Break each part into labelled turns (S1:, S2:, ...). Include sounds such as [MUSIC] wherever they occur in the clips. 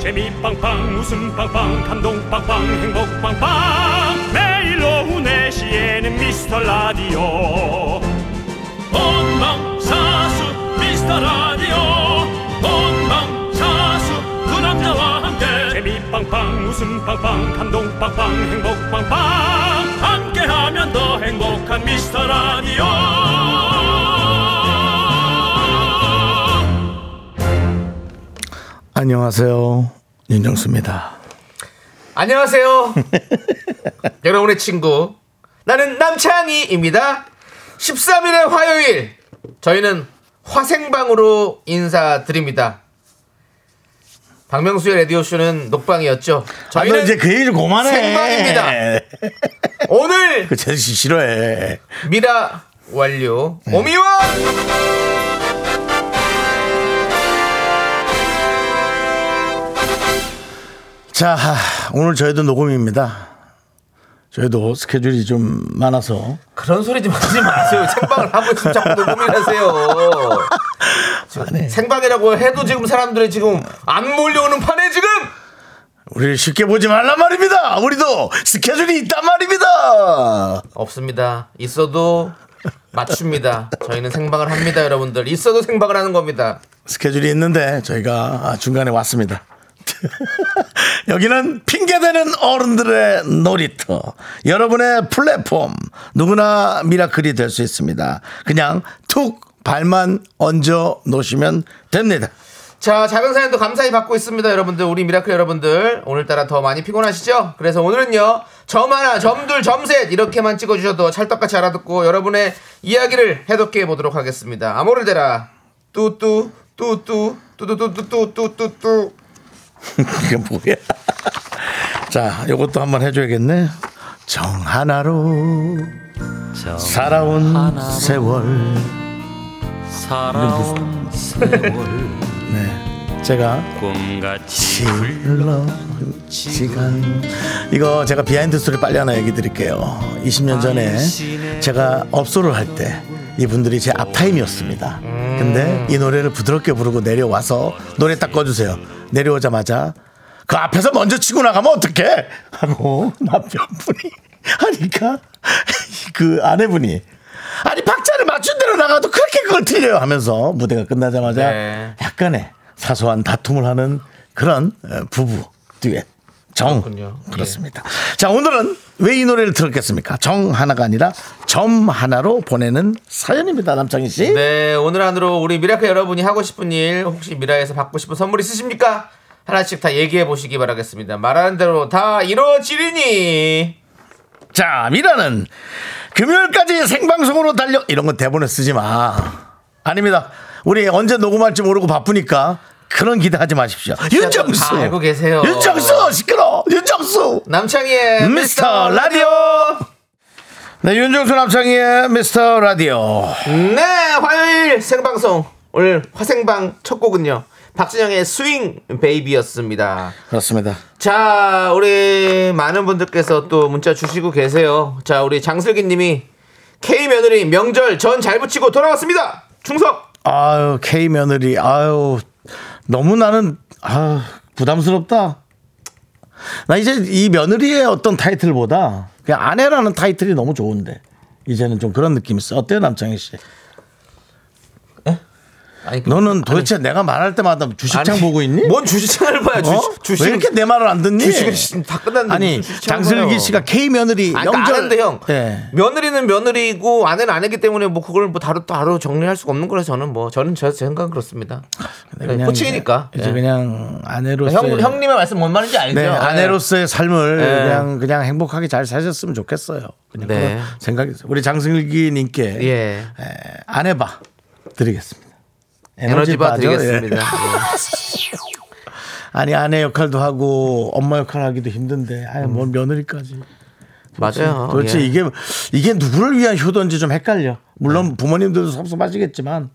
S1: 재미 빵빵 웃음 빵빵 감동 빵빵 행복 빵빵 매일 오후 4시에는 미스터 라디오 본방사수 미스터 라디오 본방사수 그 남자와 함께 재미 빵빵 웃음 빵빵 감동 빵빵 행복 빵빵 함께하면 더 행복한 미스터 라디오
S2: 안녕하세요. 윤정수입니다.
S3: 안녕하세요. [LAUGHS] 여러분의 친구. 나는 남창희입니다. 13일의 화요일. 저희는 화생방으로 인사드립니다. 박명수의 라디오쇼는 녹방이었죠.
S2: 아, 너
S3: 저희는
S2: 이제 그 얘기를 그만해.
S3: 생방입니다. 오늘
S2: 그 제시 싫어해.
S3: 미라 완료. 오미원!
S2: 자, 오늘 저희도 녹음입니다. 저희도 스케줄이 좀 많아서
S3: 그런 소리 좀 하지 마세요. 생방을 하고 지금 자꾸 고민하세요. 생방이라고 해도 지금 사람들이 지금 안 몰려오는 판에 지금
S2: 우리를 쉽게 보지 말란 말입니다. 우리도 스케줄이 있단 말입니다.
S3: 없습니다. 있어도 맞춥니다. 저희는 생방을 합니다, 여러분들. 있어도 생방을 하는 겁니다.
S2: 스케줄이 있는데 저희가 아, 중간에 왔습니다. [LAUGHS] 여기는 핑계대는 어른들의 놀이터. 여러분의 플랫폼. 누구나 미라클이 될 수 있습니다. 그냥 툭 발만 얹어 놓으시면 됩니다. [LAUGHS]
S3: 자, 작은 사연도 감사히 받고 있습니다, 여러분들. 우리 미라클 여러분들. 오늘따라 더 많이 피곤하시죠? 그래서 오늘은요, 점 하나, 점 둘, 점셋 이렇게만 찍어주셔도 찰떡같이 알아듣고 여러분의 이야기를 해독해 보도록 하겠습니다. 아모를 대라. 뚜뚜, 뚜뚜, 뚜뚜뚜뚜뚜뚜뚜.
S2: 이게 뭐야? [LAUGHS] 자, 요것도 한번 해줘야겠네. 정 하나로 살아온 세월.
S4: 살아온 세월
S2: 네, 제가
S4: 꿈같이
S2: 흘러 시간 이거 제가 비하인드 스토리 빨리 하나 얘기 드릴게요 20년 전에 제가 업소를 할 때 이분들이 제 앞타임이었습니다 근데 이 노래를 부드럽게 부르고 내려와서 노래 딱 꺼주세요 내려오자마자 그 앞에서 먼저 치고 나가면 어떡해 하고 [LAUGHS] 남편분이 하니까 [LAUGHS] 그 아내분이 아니 박자를 맞춘 대로 나가도 그렇게 그걸 틀려요 하면서 무대가 끝나자마자
S3: 네.
S2: 약간의 사소한 다툼을 하는 그런 어, 부부 듀엣 정
S3: 그렇군요. 예.
S2: 그렇습니다자 오늘은 왜 이 노래를 들었겠습니까? 정 하나가 아니라 점 하나로 보내는 사연입니다, 남창희 씨.
S3: 네, 오늘 안으로 우리 미라클 여러분이 하고 싶은 일, 혹시 미라에서 받고 싶은 선물 있으십니까? 하나씩 다 얘기해 보시기 바라겠습니다. 말하는 대로 다 이루어지리니.
S2: 자 미라는 금요일까지 생방송으로 달려 이런 건 대본에 쓰지 마. 아닙니다. 우리 언제 녹음할지 모르고 바쁘니까 그런 기대하지 마십시오. 윤정수
S3: 다 알고 계세요.
S2: 윤정수 시끄러. 윤정수.
S3: 남창희의
S2: 미스터 라디오. 네, 윤정수 남창희의 미스터 라디오.
S3: 네, 화요일 생방송. 오늘 화생방 첫 곡은요. 박진영의 스윙 베이비였습니다.
S2: 그렇습니다.
S3: 자, 우리 많은 분들께서 또 문자 주시고 계세요. 자, 우리 장슬기 님이 K 며느리 명절 전 잘 붙이고 돌아왔습니다. 충성!
S2: 아유 K 며느리 아유 너무 나는 아 부담스럽다. 나 이제 이 며느리의 어떤 타이틀보다 그냥 아내라는 타이틀이 너무 좋은데 이제는 좀 그런 느낌이 있어. 어때요 남창희 씨?
S3: 아니,
S2: 너는 도대체 내가 말할 때마다 주식창
S3: 아니,
S2: 보고 있니?
S3: 뭔 주식창을 봐요?
S2: 어?
S3: 주식, 주식.
S2: 왜 이렇게 내 말을 안 듣니?
S3: 주식을 지금 다 끝났는데
S2: 아니
S3: 무슨 주식창을 봐요?
S2: 장슬기 씨가 K 며느리
S3: 아니,
S2: 명절
S3: 그러니까 아는데 형.
S2: 예.
S3: 며느리는 며느리고 아내는 아내기 때문에 뭐 그걸 뭐 다루 다루 정리할 수가 없는 거라 저는 뭐 저는 제 생각은 그렇습니다.
S2: 네, 그냥
S3: 호칭이니까.
S2: 이제
S3: 예.
S2: 그냥 아내로서
S3: 형 형님의 말씀 뭔 말인지 알죠?
S2: 네, 아내로서의 삶을
S3: 네.
S2: 그냥 그냥 행복하게 잘 사셨으면 좋겠어요. 그냥
S3: 네.
S2: 그런 생각이 있어요. 우리 장승기 님께
S3: 예. 예.
S2: 에, 아내바 드리겠습니다.
S3: 예. 에너지 바
S2: 바죠?
S3: 드리겠습니다.
S2: 예.
S3: 예.
S2: 아니 아내 역할도 하고 엄마 역할 하기도 힘든데 아유 뭘 며느리까지.
S3: 음.
S2: [LAUGHS]
S3: 맞아요.
S2: 도대체
S3: 예.
S2: 이게 이게 누구를 위한 효도인지 좀 헷갈려.
S3: 네.
S2: 물론 부모님들도 섭섭하시겠지만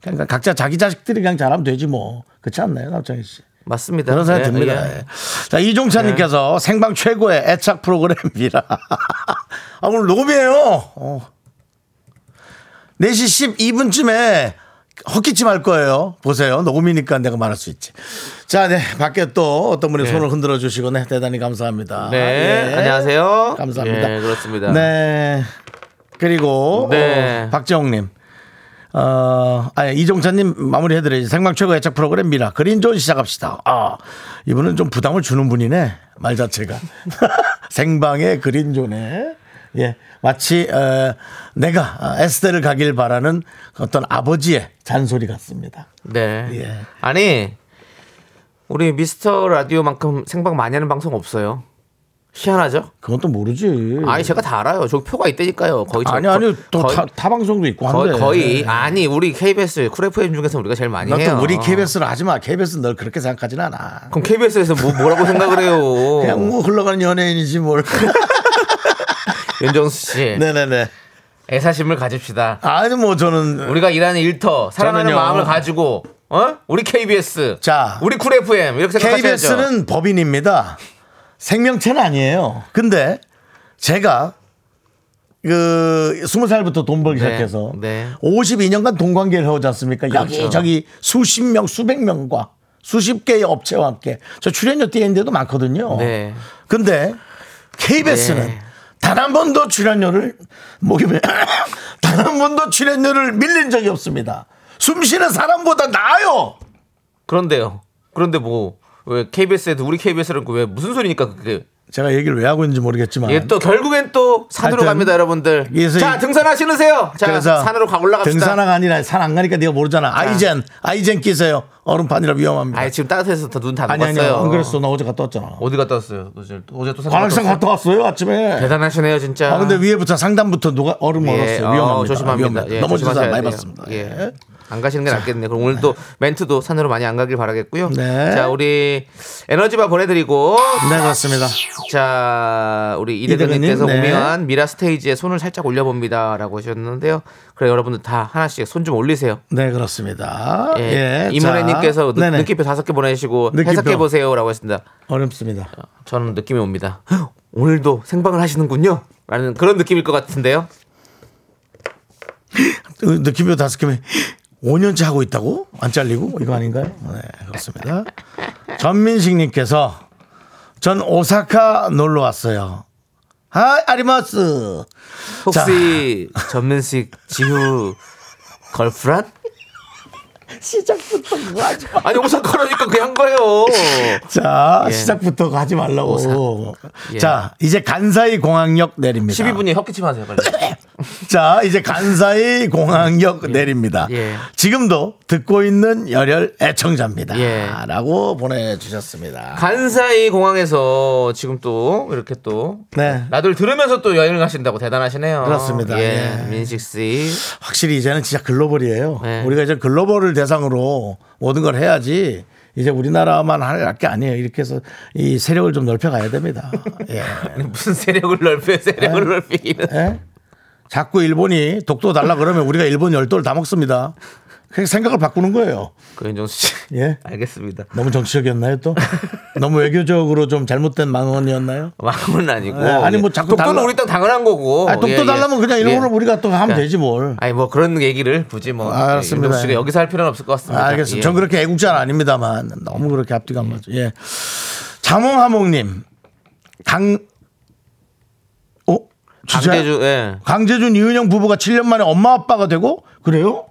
S2: 그냥 각자 자기 자식들이 그냥 잘하면 되지 뭐. 그렇지 않나요, 남창희 씨?
S3: 맞습니다.
S2: 그런 생각
S3: 예,
S2: 듭니다.
S3: 예.
S2: 예. 자 이종찬님께서 생방 최고의 애착 [LAUGHS] 아, 프로그램이라. 아 오늘 녹음이에요. 어. 4시 12분쯤에 네 헛기침 할 거예요. 보세요. 녹음이니까 내가 말할 수 있지. 자, 네. 밖에 또 어떤 분이
S3: 네.
S2: 손을 흔들어 주시거나 대단히 감사합니다.
S3: 네,
S2: 예.
S3: 안녕하세요.
S2: 감사합니다.
S3: 예, 그렇습니다.
S2: 네. 그리고
S3: 네.
S2: 어, 박정욱님. 어, 아니, 이종찬님 마무리해드려야지. 생방 최고 애착 프로그램 미라. 그린존 시작합시다. 아, 이분은 좀 부담을 주는 분이네. 말 자체가. [LAUGHS] 생방의 그린존에. 예. 마치, 어, 내가 아, 에스테를 가길 바라는 어떤 아버지의 잔소리 같습니다.
S3: 네.
S2: 예.
S3: 아니 우리 미스터 라디오만큼 생방 많이 하는 방송 없어요. 희한하죠?
S2: 그건 또 모르지.
S3: 아니 제가 다 알아요. 저기 표가 있다니까요. 거의 저-
S2: 예. 아니, 아니,
S3: 거-
S2: 또
S3: 거의,
S2: 타, 타 방송도 있고 한데.
S3: 거의, 거의 아니 우리 KBS 쿨 FM 중에서 우리가 제일 많이 해요.
S2: 나또 우리 KBS를 하지 마. KBS 는널 그렇게 생각하진 않아.
S3: 그럼 KBS에서 뭐, 뭐라고
S2: [LAUGHS]
S3: 생각을
S2: 그냥
S3: 해요?
S2: 뭐 흘러가는 연예인이지
S3: [LAUGHS]
S2: 뭘.
S3: 윤정수 씨
S2: [LAUGHS] 네네네.
S3: 애사심을 가집시다.
S2: 아니 뭐 저는
S3: 우리가 일하는 일터 사랑하는
S2: 저는요.
S3: 마음을 가지고 어 우리 KBS
S2: 자.
S3: 우리 쿨 FM 이렇게 생각하셔야죠.
S2: KBS는 법인입니다. 생명체는 아니에요. 근데 제가 그 20살부터 돈 벌기
S3: 네,
S2: 시작해서
S3: 네. 그렇죠.
S2: 52년간 돈 관계를 해오지 않습니까? 여기저기 수십 명, 수백 명과 수십 개의 업체와 함께 저 출연료 떼는 데도 많거든요.
S3: 네.
S2: 근데 KBS는
S3: 네.
S2: 단 한 번도 출연료를 목에 [COUGHS] 단한 번도 출연료를 밀린 적이 없습니다. 숨 쉬는 사람보다 나아요.
S3: 그런데요. 그런데 뭐 왜 KBS에도 우리 KBS라고 왜 무슨 소리니까 그게
S2: 제가 얘기를 왜 하고 있는지 모르겠지만
S3: 이게 또 결국엔 또
S2: 아.
S3: 산으로
S2: 하여튼,
S3: 갑니다, 여러분들.
S2: 그래서
S3: 자
S2: 이-
S3: 등산하시는세요. 자 산으로 가 올라갑시다.
S2: 등산화가 아니라 산 안 가니까 네가 모르잖아. 아이젠 아이젠 끼세요. 얼음판이라 위험합니다.
S3: 아 지금 따뜻해서 다 눈 다
S2: 그러니까. 아니 아니
S3: 녹았어요.
S2: 안 그랬어. 나 어제 갔다 왔잖아.
S3: 어디 갔다 왔어요? 어제 어제 또 산에
S2: 관악산
S3: 갔다 왔어요?
S2: 갔다 왔어요 아침에.
S3: 대단하시네요 진짜.
S2: 아 근데 위에부터 상단부터 녹아 얼음 얼었어요.
S3: 어,
S2: 위험합니다.
S3: 조심합니다.
S2: 위험합니다.
S3: 예,
S2: 넘어진 사람
S3: 조심하셔야
S2: 많이
S3: 돼요.
S2: 봤습니다.
S3: 예.
S2: 예.
S3: 안 가시는 게 낫겠네요. 그럼 오늘 또 멘트도 산으로 많이 안 가길 바라겠고요.
S2: 네.
S3: 자, 우리 에너지바 보내드리고.
S2: 네 그렇습니다.
S3: 자, 우리 이대근님께서
S2: 이대근님, 네.
S3: 오묘한 미라 스테이지에 손을 살짝 올려봅니다. 라고 하셨는데요. 그래, 여러분들 다 하나씩 손 좀 올리세요.
S2: 네 그렇습니다.
S3: 예.
S2: 예.
S3: 이모래님께서
S2: 자, 네네.
S3: 느낌표 다섯 개 보내시고
S2: 느낌표.
S3: 해석해보세요. 라고 했습니다.
S2: 어렵습니다.
S3: 저는 느낌이 옵니다. "헉, 오늘도 생방을 하시는군요. 라는 그런 느낌일 것 같은데요.
S2: 그 느낌표 다섯 개면 5년째 하고 있다고? 안 잘리고? 이거 아닌가요? 네, 그렇습니다. 전민식님께서 전 오사카 놀러 왔어요. 아, 아리마스.
S3: 혹시 전면식 지후 걸프란?
S2: 시작부터 그거 하지 마.
S3: 아니 오사카라니까 그냥 거예요.
S2: 자,
S3: 예.
S2: 시작부터 그거 하지 말라고.
S3: 예.
S2: 자, 이제 간사이 공항역 내립니다.
S3: 12분이 헛기침 하세요 빨리.
S2: 자, 이제 간사이 공항역 내립니다.
S3: 예.
S2: 지금도 듣고 있는 열혈 애청자입니다.
S3: 예.
S2: 라고 보내주셨습니다.
S3: 간사이 공항에서 지금 또 이렇게 또
S2: 네.
S3: 나들 들으면서 또 여행을 가신다고 대단하시네요.
S2: 그렇습니다.
S3: 예,
S2: 예.
S3: 민식 씨.
S2: 확실히 이제는 진짜 글로벌이에요.
S3: 네.
S2: 우리가 이제 글로벌을 대상으로 모든 걸 해야지 이제 우리나라만 할 게 아니에요. 이렇게 해서 이 세력을 좀 넓혀가야
S3: [LAUGHS]
S2: 됩니다. 예.
S3: 아니, 무슨 세력을 넓혀 세력을 넓히기는.
S2: 예? 자꾸 일본이 독도 달라 그러면 우리가 일본 열도를 다 먹습니다. 그 생각을 바꾸는 거예요.
S3: 고현정수 그 씨.
S2: 예.
S3: 알겠습니다.
S2: 너무 정치적이었나요
S3: [LAUGHS]
S2: 또? 너무 외교적으로 좀 잘못된 망언이었나요?
S3: 막은 뭐 아니고.
S2: 예, 아니, 뭐
S3: 예.
S2: 자꾸
S3: 독도는
S2: 달라-
S3: 우리 땅 당연한 거고.
S2: 아, 독도
S3: 예, 예.
S2: 달라면 그냥 일본을
S3: 예.
S2: 우리가 또 하면
S3: 그러니까.
S2: 되지 뭘. 아,
S3: 아니 뭐 그런 얘기를 굳이 뭐
S2: 알았습니다.
S3: 윤정 씨가 여기서 할 필요는 없을 것 같습니다.
S2: 알겠습니다.
S3: 예. 음.
S2: 전 그렇게 애국자는 아닙니다만 너무 그렇게 앞뒤가 안 맞죠. 예. 자몽하몽님 강, 어? 진짜?
S3: 강제주 예.
S2: 강재준 이은영 부부가 7년 만에 엄마 아빠가 되고 그래요?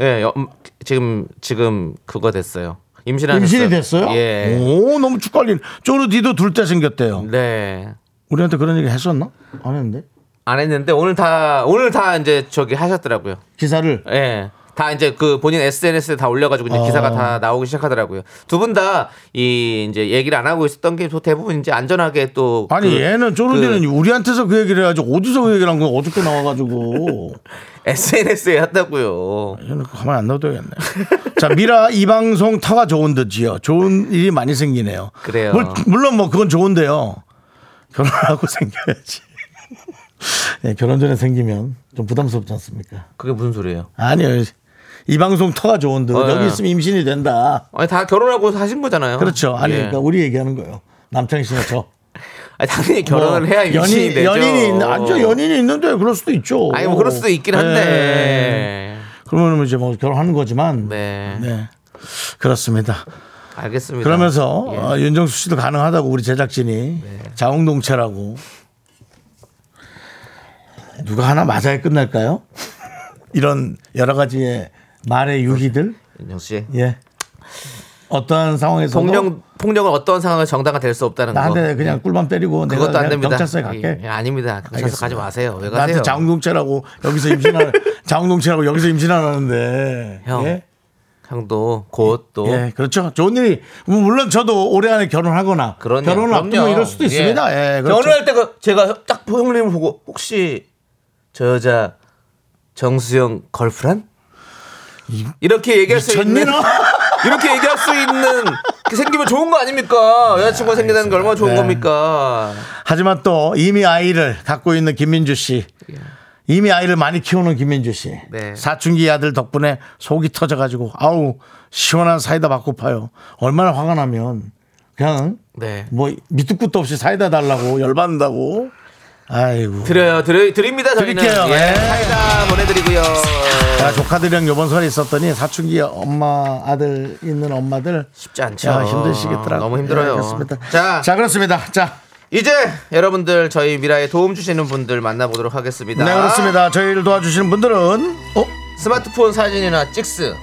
S3: 예, 여- 음, 지금 지금 그거 됐어요. 임신하셨어요.
S2: 임신이 됐어요?
S3: 예.
S2: 오 너무 축갈린. 쪼르디도 둘째 생겼대요.
S3: 네.
S2: 우리한테 그런 얘기 했었나? 안 했는데
S3: 안 했는데 오늘 다 오늘 다 이제 저기 하셨더라고요.
S2: 기사를
S3: 예. 다 이제 그 본인 SNS에 다 올려가지고 이제
S2: 어.
S3: 기사가 다 나오기 시작하더라고요. 두 분 다 이 이제 얘기를 안 하고 있었던 게 대부분 이제 안전하게 또
S2: 아니
S3: 그-
S2: 얘는 쪼르디는
S3: 그
S2: 우리한테서 그 얘기를 해야지 어디서 그 얘기를 한 거야 어저께 나와가지고
S3: SNS에 했다고요.
S2: 얘는 가만 안 놔둬야겠네. 자, 미라 이 방송 터가 좋은 듯이요. 좋은 일이 많이 생기네요.
S3: 그래요.
S2: 물, 론뭐 그건 좋은데요. 결혼하고 [LAUGHS] 생겨야지. 예, 결혼 전에 생기면 좀 부담스럽지 않습니까?
S3: 그게 무슨 소리예요?
S2: 아니요. 이 방송 터가 좋은 듯.
S3: 어,
S2: 여기
S3: 예.
S2: 있으면 임신이 된다.
S3: 아니 다 결혼하고 하신 거잖아요.
S2: 그렇죠. 아니,
S3: 예.
S2: 그러니까 우리 얘기하는 거예요. 남창희 씨나 저.
S3: 아니, 당연히 결혼을
S2: 뭐
S3: 해야 임신이
S2: 연인, 네.
S3: 되죠. 뭐
S2: 연인이 있는, 아니, 저 연인이 있는데 그럴 수도 있죠.
S3: 아니 뭐 그럴 수도 있긴
S2: 예.
S3: 한데
S2: 그러면 이제 뭐 결혼하는 거지만 네,
S3: 네.
S2: 그렇습니다.
S3: 알겠습니다.
S2: 그러면서
S3: 예. 네.
S2: 어, 윤정수 씨도 가능하다고 우리 제작진이 자웅동체라고 누가 하나 맞아야 끝날까요? [LAUGHS] 이런 여러 가지의 말의 유기들
S3: 윤정수 씨.
S2: 예 어떠한 상황에서
S3: 폭력 폭력은 어떤 상황에 정당화 될 수 없다는 거.
S2: 나한테 그냥 꿀밤 때리고 내가
S3: 뭐. 그것도 안
S2: 그냥
S3: 됩니다.
S2: 경찰서에
S3: 예,
S2: 갈게.
S3: 예, 아닙니다. 경찰서 가지 마세요. 왜 가세요?
S2: 나한테 자웅동체라고 여기서 임신하는 [LAUGHS] 자웅동체라고 여기서 임신하는데
S3: 형.
S2: 예?
S3: 형도 곧 또.
S2: 예, 그렇죠. 좋은 일이 뭐 물론 저도 올해 안에 결혼하거나
S3: 그러네요.
S2: 결혼을 앞두고
S3: 그럼요.
S2: 이럴 수도
S3: 예.
S2: 있습니다. 예, 그렇죠.
S3: 결혼할 때 그 제가 딱 형님을 보고 혹시 저 여자 정수영 걸프란? 이렇게 얘기할 수 있는 [LAUGHS]
S2: 미쳤니, 너?
S3: 이렇게 얘기할 수 있는 게 생기면 좋은 거 아닙니까? 여자친구가 생긴다는 게 얼마나 좋은
S2: 네.
S3: 겁니까?
S2: 하지만 또 이미 아이를 갖고 있는 김민주 씨. 이미 아이를 많이 키우는 김민주 씨.
S3: 예. 네.
S2: 사춘기 아들 덕분에 속이 터져가지고 아우 시원한 사이다 받고 파요. 얼마나 화가 나면 그냥
S3: 네.
S2: 뭐 밑도 끝도 없이 사이다 달라고 열받는다고. 아이고.
S3: 드려요. 드려, 드립니다. 저희는.
S2: 드릴게요.
S3: 예.
S2: 예.
S3: 사이다 보내드리고요.
S2: 야, 조카들이랑 요번 설에 있었더니 사춘기 엄마 아들 있는 엄마들
S3: 쉽지 않죠.
S2: 야, 힘드시겠더라고.
S3: 너무 힘들어요.
S2: 예, 그렇습니다.
S3: 자.
S2: 자, 그렇습니다. 자,
S3: 이제 여러분들 저희 미라에 도움 주시는 분들 만나보도록 하겠습니다.
S2: 네 그렇습니다. 저희를 도와주시는 분들은 어?
S3: 스마트폰 사진이나 찍스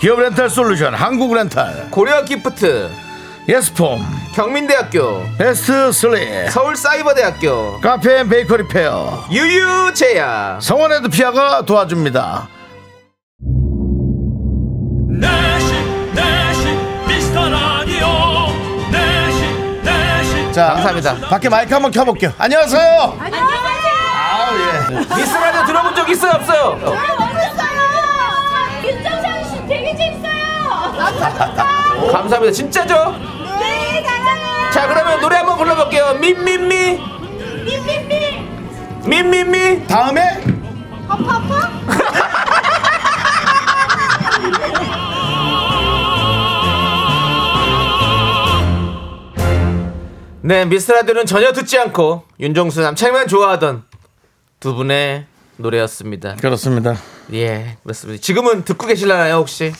S2: 기업 렌탈 솔루션, 한국 렌탈,
S3: 고려 기프트
S2: 예스폼,
S3: 경민대학교
S2: 베스트 슬립,
S3: 서울사이버대학교
S2: 카페 베이커리 페어,
S3: 유유제야
S2: 성원 에드피아가 도와줍니다.
S1: 내시 내시 미스터 라디오 내시 내시
S2: 자,
S3: 감사합니다.
S2: 밖에 마이크 한번 켜볼게요. 안녕하세요.
S5: 안녕하세요.
S2: 아 예.
S3: 네. 미스라디오 들어본 적 있어요 없어요?
S5: 멋있어요. 윤정상 씨 되게 재밌어요.
S3: 감사합니다 진짜죠?
S5: 네, 사랑해요.
S3: 자 그러면 노래 한번 불러볼게요 민민미
S5: 삐삐삐.
S3: 민민미
S2: 다음에
S5: 허퍼퍼.
S3: 네 미스라디오는 전혀 듣지 않고 윤정수 남창만 좋아하던 두 분의 노래였습니다
S2: 그렇습니다.
S3: 예 그렇습니다 지금은 듣고 계실라나요 혹시?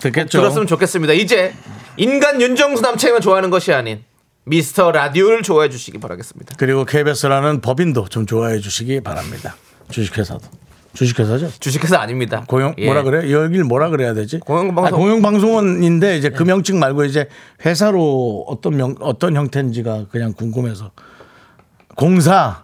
S2: 듣겠죠.
S3: 들었으면 좋겠습니다. 이제 인간 윤정수 남창이만 좋아하는 것이 아닌 미스터 라디오를 좋아해 주시기 바라겠습니다.
S2: 그리고 KBS라는 법인도 좀 좋아해 주시기 바랍니다. 주식회사도. 주식회사죠?
S3: 주식회사 아닙니다.
S2: 고용
S3: 예.
S2: 뭐라 그래? 여길 뭐라 그래야 되지?
S3: 공영방송. 예.
S2: 아, 공영방송원인데 이제 그 명칭 말고 이제 회사로 어떤 명 어떤 형태인지가 그냥 궁금해서 공사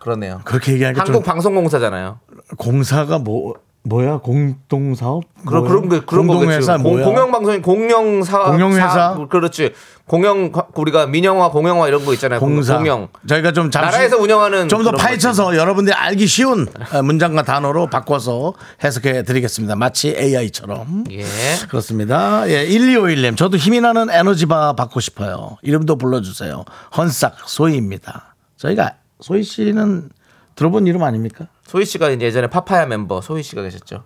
S3: 그러네요.
S2: 그렇게 얘기하니까 좀
S3: 한국방송공사잖아요.
S2: 공사가 뭐 뭐야 공동사업?
S3: 그런
S2: 뭐야?
S3: 그런 게 그런
S2: 공동회사
S3: 거겠죠.
S2: 뭐야?
S3: 공영방송이 공영사
S2: 공영회사?
S3: 사- 그렇지. 공영 우리가 민영화 공영화 이런 거 있잖아요.
S2: 공사.
S3: 공영.
S2: 저희가 좀 잠시
S3: 나라에서 운영하는
S2: 좀 더
S3: 그런
S2: 파헤쳐서 여러분들이 알기 쉬운 문장과 단어로 바꿔서 해석해 드리겠습니다. 마치 AI처럼.
S3: 예.
S2: 그렇습니다. 예, 1251님. 저도 힘이 나는 에너지바 받고 싶어요. 이름도 불러주세요. 헌싹 소희입니다. 저희가 소희 씨는 들어본 이름 아닙니까?
S3: 소희 씨가 이제 예전에 파파야 멤버 소희 씨가 계셨죠.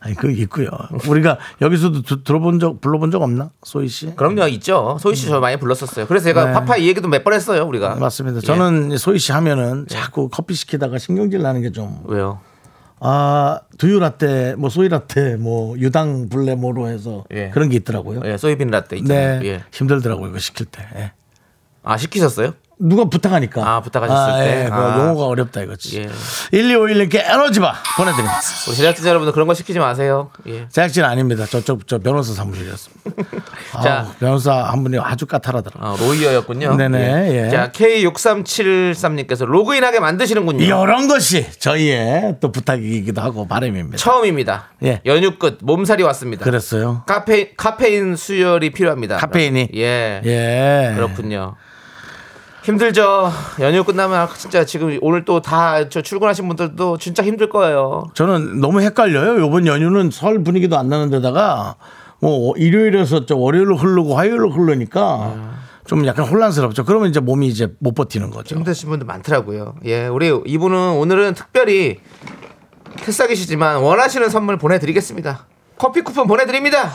S2: 아니, 그 있고요. 우리가 여기서도 두- 들어본 적, 불러본 적 없나? 소희 씨?
S3: 그럼요, 있죠. 소희 씨 저 많이 불렀었어요. 그래서 제가
S2: 네.
S3: 파파 이 얘기도 몇 번 했어요, 우리가.
S2: 맞습니다.
S3: 예.
S2: 저는 소희 씨 하면은 자꾸 커피 시키다가 신경질 나는 게 좀.
S3: 왜요?
S2: 아, 두유 라떼, 뭐 소희 라떼, 뭐 유당 블레 뭐로 해서
S3: 예.
S2: 그런 게 있더라고요.
S3: 예, 소이빈 라떼
S2: 네.
S3: 있잖아요. 예.
S2: 힘들더라고요. 이거 시킬 때. 예.
S3: 아 시키셨어요?
S2: 누가 부탁하니까.
S3: 아, 부탁하셨을 때.
S2: 그
S3: 아.
S2: 용어가 어렵다 이거지.
S3: 예.
S2: 1251님께 에너지바 보내드립니다.
S3: 우리 제작진 여러분들 그런 거 시키지 마세요. 예.
S2: 제작진 아닙니다. 저쪽, 저 변호사 사무실이었습니다.
S3: [LAUGHS] 자.
S2: 자. 변호사 한 분이 아주 까탈하더라고요.
S3: 아, 로이어였군요.
S2: 네네, 예.
S3: 자 K6373님께서 로그인하게 만드시는군요.
S2: 이런 것이 저희의 또 부탁이기도 하고 바람입니다.
S3: 처음입니다.
S2: 예.
S3: 연휴 끝 몸살이 왔습니다.
S2: 그랬어요.
S3: 카페인 카페인 수혈이 필요합니다.
S2: 카페인이.
S3: 예.
S2: 예.
S3: 그렇군요. 힘들죠. 연휴 끝나면 아, 진짜 지금 오늘 또 다 저 출근하신 분들도 진짜 힘들 거예요.
S2: 저는 너무 헷갈려요. 요번 연휴는 설 분위기도 안 나는 데다가 뭐 일요일에서 저 월요일로 흐르고 화요일로 흐르니까
S3: 아.
S2: 좀 약간 혼란스럽죠. 그러면 이제 몸이 이제 못 버티는 거죠.
S3: 힘드신 분들 많더라고요. 예, 우리 이분은 오늘은 특별히 새싹이시지만 원하시는 선물 보내드리겠습니다. 커피 쿠폰 보내드립니다.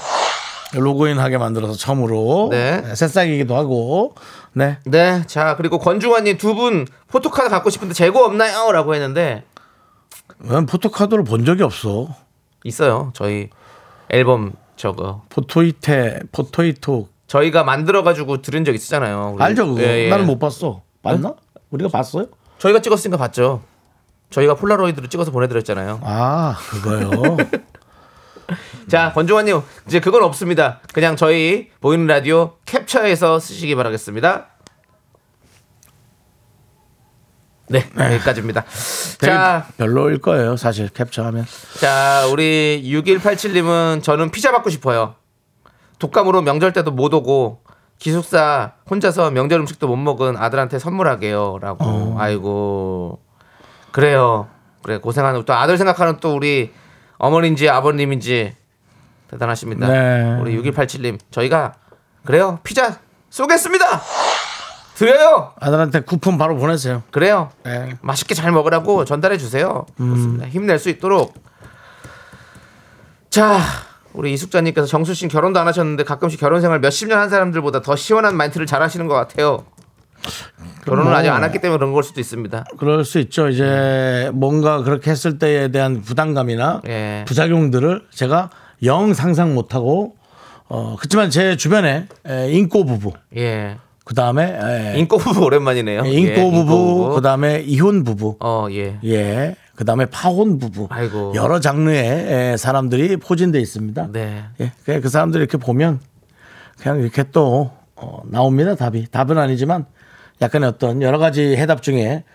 S2: 로그인하게 만들어서 처음으로
S3: 네.
S2: 네, 새싹이기도 하고 네
S3: 네, 자 그리고 권중환님 두 분 포토카드 갖고 싶은데 재고 없나요?라고 했는데
S2: 난 포토카드를 본 적이 없어.
S3: 있어요. 저희 앨범 저거
S2: 포토이테, 포토이토.
S3: 저희가 만들어 가지고 들은 적 있잖아요. 우리.
S2: 알죠, 그거?
S3: 예, 예.
S2: 나는 뭐- 못 봤어. 봤나? 우리가 봤어요?
S3: 저희가 찍었으니까 봤죠. 저희가 폴라로이드로 찍어서 보내드렸잖아요.
S2: 아, [LAUGHS] 그거요.
S3: 자, 권종환님 이제 그건 없습니다. 그냥 저희 보이는 라디오 캡처해서 쓰시기 바라겠습니다. 네, 여기까지입니다.
S2: 되게
S3: 자,
S2: 별로일 거예요, 사실 캡처하면.
S3: 자, 우리 6187님은 저는 피자 받고 싶어요. 독감으로 명절 때도 못 오고 기숙사 혼자서 명절 음식도 못 먹은 아들한테 선물하게요라고. 아이고. 그래요. 그래 고생하는 또 아들 생각하는 또 우리 어머니인지 아버님인지 대단하십니다.
S2: 네.
S3: 우리 6187님 저희가 그래요. 피자 쏘겠습니다. 드려요.
S2: 아들한테 쿠폰 바로 보내세요.
S3: 그래요.
S2: 네. 음.
S3: 맛있게 잘 먹으라고 전달해 주세요. 좋습니다. 힘낼 수 있도록. 자, 우리 이숙자님께서 정수 씨는 결혼도 안 하셨는데 가끔씩 결혼 생활 몇십 년 한 사람들보다 더 시원한 마인트를 잘 하시는 것 같아요. 결혼을
S2: 뭐.
S3: 아직 안 했기 때문에 그런 걸 수도 있습니다.
S2: 그럴 수 있죠. 이제 뭔가 그렇게 했을 때에 대한 부담감이나
S3: 예.
S2: 부작용들을 제가 영 상상 못하고 어 그렇지만 제 주변에 에, 인꼬 부부
S3: 예.
S2: 그 다음에
S3: 인꼬 부부 오랜만이네요. 예,
S2: 인꼬 부부 그 다음에 이혼 부부
S3: 어, 예.
S2: 예 그다음에 파혼 부부
S3: 아이고.
S2: 여러 장르의 에, 사람들이 포진돼 있습니다.
S3: 네.
S2: 예, 그냥 그 사람들 이렇게 보면 그냥 이렇게 또 어, 나옵니다 답이 답은 아니지만 약간의 어떤 여러 가지 해답 중에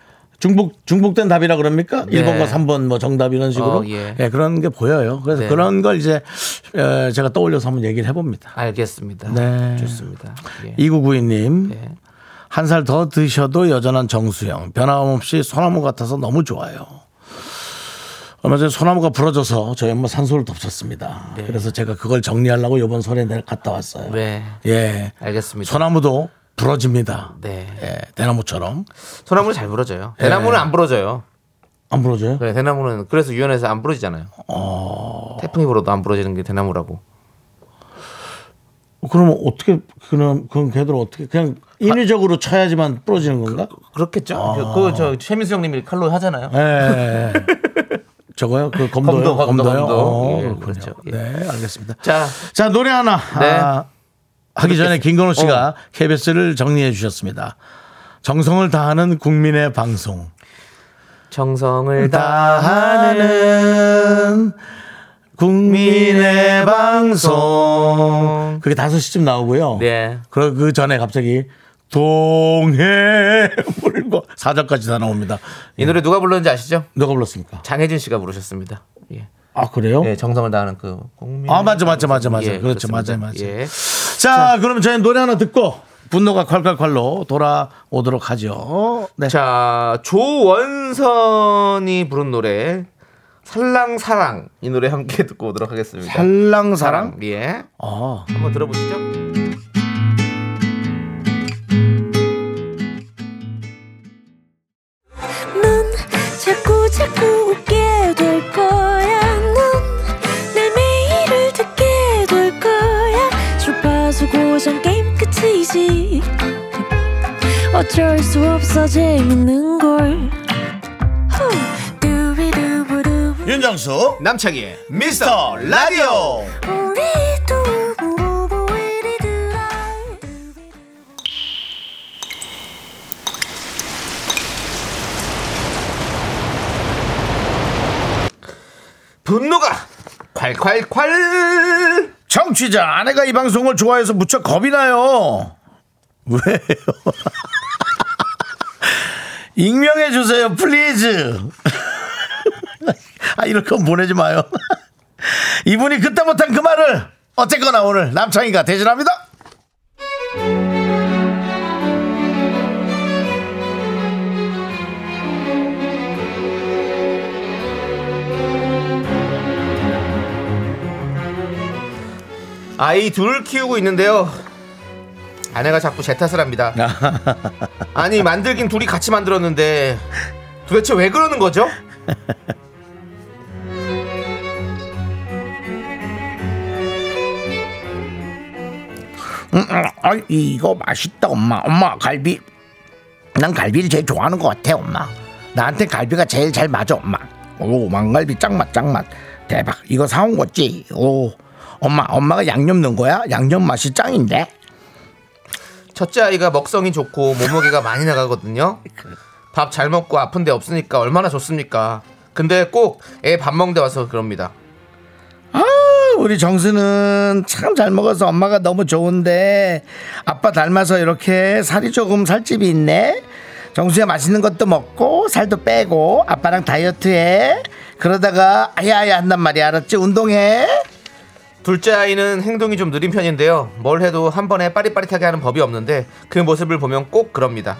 S2: 중복 중복된 답이라 그럽니까?
S3: 네.
S2: 일 1번과 3번 뭐 정답 이런 식으로
S3: 어, 예.
S2: 예, 그런 게 보여요. 그래서
S3: 네.
S2: 그런 걸 이제 어, 제가 떠올려서 한번 얘기를 해봅니다.
S3: 알겠습니다.
S2: 네.
S3: 좋습니다. 예.
S2: 이구구이님
S3: 예.
S2: 한 살 더 드셔도 여전한 정수영 변함없이 소나무 같아서 너무 좋아요. 얼마 전에 소나무가 부러져서 저희 엄마 산소를 덮쳤습니다. 그래서 제가 그걸 정리하려고 이번 설에 내- 갔다 왔어요.
S3: 네.
S2: 예,
S3: 알겠습니다.
S2: 소나무도 부러집니다.
S3: 네.
S2: 예, 대나무처럼
S3: 소나무는 잘 부러져요.
S2: 네.
S3: 대나무는 안 부러져요.
S2: 안 부러져요?
S3: 그래 네, 대나무는 그래서 유연해서 안 부러지잖아요. 태풍이 불어도 안 부러지는 게 대나무라고.
S2: 그러면 어떻게 그럼 그럼 걔들 어떻게 그냥
S3: 아.
S2: 인위적으로 쳐야지만 부러지는 건가?
S3: 그렇겠죠. 그거 저 최민수 형님이 칼로 하잖아요.
S2: 예. 저거요? 그 검도요?
S3: 검도, 검도,
S2: 검도요?
S3: 검도.
S2: 어,
S3: 예,
S2: 그렇군요.
S3: 그렇죠. 예.
S2: 네, 알겠습니다.
S3: 자,
S2: 자 노래 하나
S3: 네.
S2: 아, 하기 전에
S3: 듣겠습니다. 어.
S2: 김건호 씨가 KBS를 정리해 주셨습니다. 정성을 다하는 국민의 방송
S3: 정성을 다하는
S2: 다하는 국민의 방송 그게 5시쯤 나오고요.
S3: 네.
S2: 그, 그 전에 갑자기 동해 물과 사자까지 다 나옵니다.
S3: 이 노래 누가 불렀는지 아시죠?
S2: 누가 불렀습니까?
S3: 장혜진 씨가 부르셨습니다. 예.
S2: 아 그래요?
S3: 예, 정성을 다하는 그 국민.
S2: 아 맞죠 맞죠 맞죠 맞죠.
S3: 예,
S2: 그렇죠
S3: 그렇습니다.
S2: 맞아요 맞아요.
S3: 예.
S2: 자, 그럼 저희 노래 하나 듣고 분노가 콸콸콸로 돌아오도록 하죠. 네.
S3: 자, 조원선이 부른 노래 살랑사랑 이 노래 함께 [LAUGHS] 듣고 오도록 하겠습니다.
S2: 살랑사랑.
S3: 예.
S2: 아,
S3: 한번 들어보시죠.
S6: 넌 자꾸 자꾸 웃게 될 거야. 넌내 매일을 듣게 될 거야. 주파수 고정 게임 끝이지. 어쩔 수 없어 재밌는 걸. 후. 두비두부두.
S2: 윤정수
S3: 남창희의 미스터 라디오
S6: 우리 두부부부 우리 두라. 두비두부.
S3: 분노가 콸콸콸
S2: 정취자 아내가 이 방송을 좋아해서 무척 겁이 나요. 왜요? [LAUGHS] 익명해 주세요, 플리즈. [LAUGHS] 아 이럴 건 보내지 마요. [LAUGHS] 이분이 그때 못한 그 말을 어쨌거나 오늘 남창희가 대신합니다.
S3: 아이 둘 키우고 있는데요 아내가 자꾸 제 탓을 [LAUGHS] 합니다 아니 만들긴 둘이 같이 만들었는데 도대체 왜 그러는 거죠?
S2: 아 이거 맛있다 엄마 엄마 갈비 난 갈비를 제일 좋아하는 것 같아 엄마 나한테 갈비가 제일 잘 맞아 엄마 오 망갈비 짱맛 짱맛 대박 이거 사온 거지 오 엄마 엄마가 양념 넣은 거야 양념 맛이 짱인데
S3: 첫째 아이가 먹성이 좋고 몸무게가 많이 나가거든요. 밥 잘 먹고 아픈 데 없으니까 얼마나 좋습니까? 근데 꼭 애 밥 먹는 데 와서 그럽니다.
S2: 아 우리 정수는 참 잘 먹어서 엄마가 너무 좋은데 아빠 닮아서 이렇게 살이 조금 살집이 있네 정수야 맛있는 것도 먹고 살도 빼고 아빠랑 다이어트해 그러다가 아야아야 한단 말이야 알았지 운동해
S3: 둘째 아이는 행동이 좀 느린 편인데요. 뭘 해도 한 번에 빠릿빠릿하게 하는 법이 없는데 그 모습을 보면 꼭 그럽니다.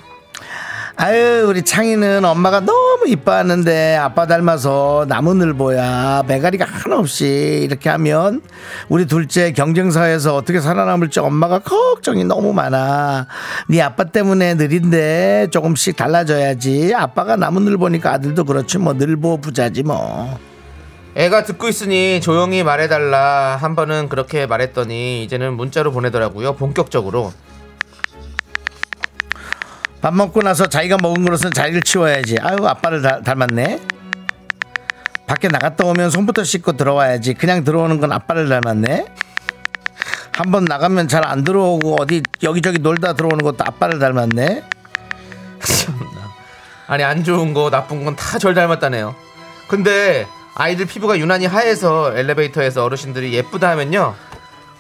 S2: 아유 우리 창이는 엄마가 너무 이뻐하는데 아빠 닮아서 나무늘보야 매가리가 하나 없이 이렇게 하면 우리 둘째 경쟁사에서 어떻게 살아남을지 엄마가 걱정이 너무 많아 네 아빠 때문에 느린데 조금씩 달라져야지 아빠가 나무늘보니까 아들도 그렇지 뭐 늘보 부자지 뭐
S3: 애가 듣고 있으니 조용히 말해달라 한 번은 그렇게 말했더니 이제는 문자로 보내더라고요. 본격적으로
S2: 밥 먹고 나서 자기가 먹은 그릇은 자기를 치워야지. 아유 아빠를 다- 닮았네. 밖에 나갔다 오면 손부터 씻고 들어와야지. 그냥 들어오는 건 아빠를 닮았네. 한 번 나가면 잘 안 들어오고 어디 여기저기 놀다 들어오는 것도 아빠를 닮았네.
S3: 아니 안 좋은 거 나쁜 건 다 절 닮았다네요. 근데 아이들 피부가 유난히 하얘서 엘리베이터에서 어르신들이 예쁘다 하면요.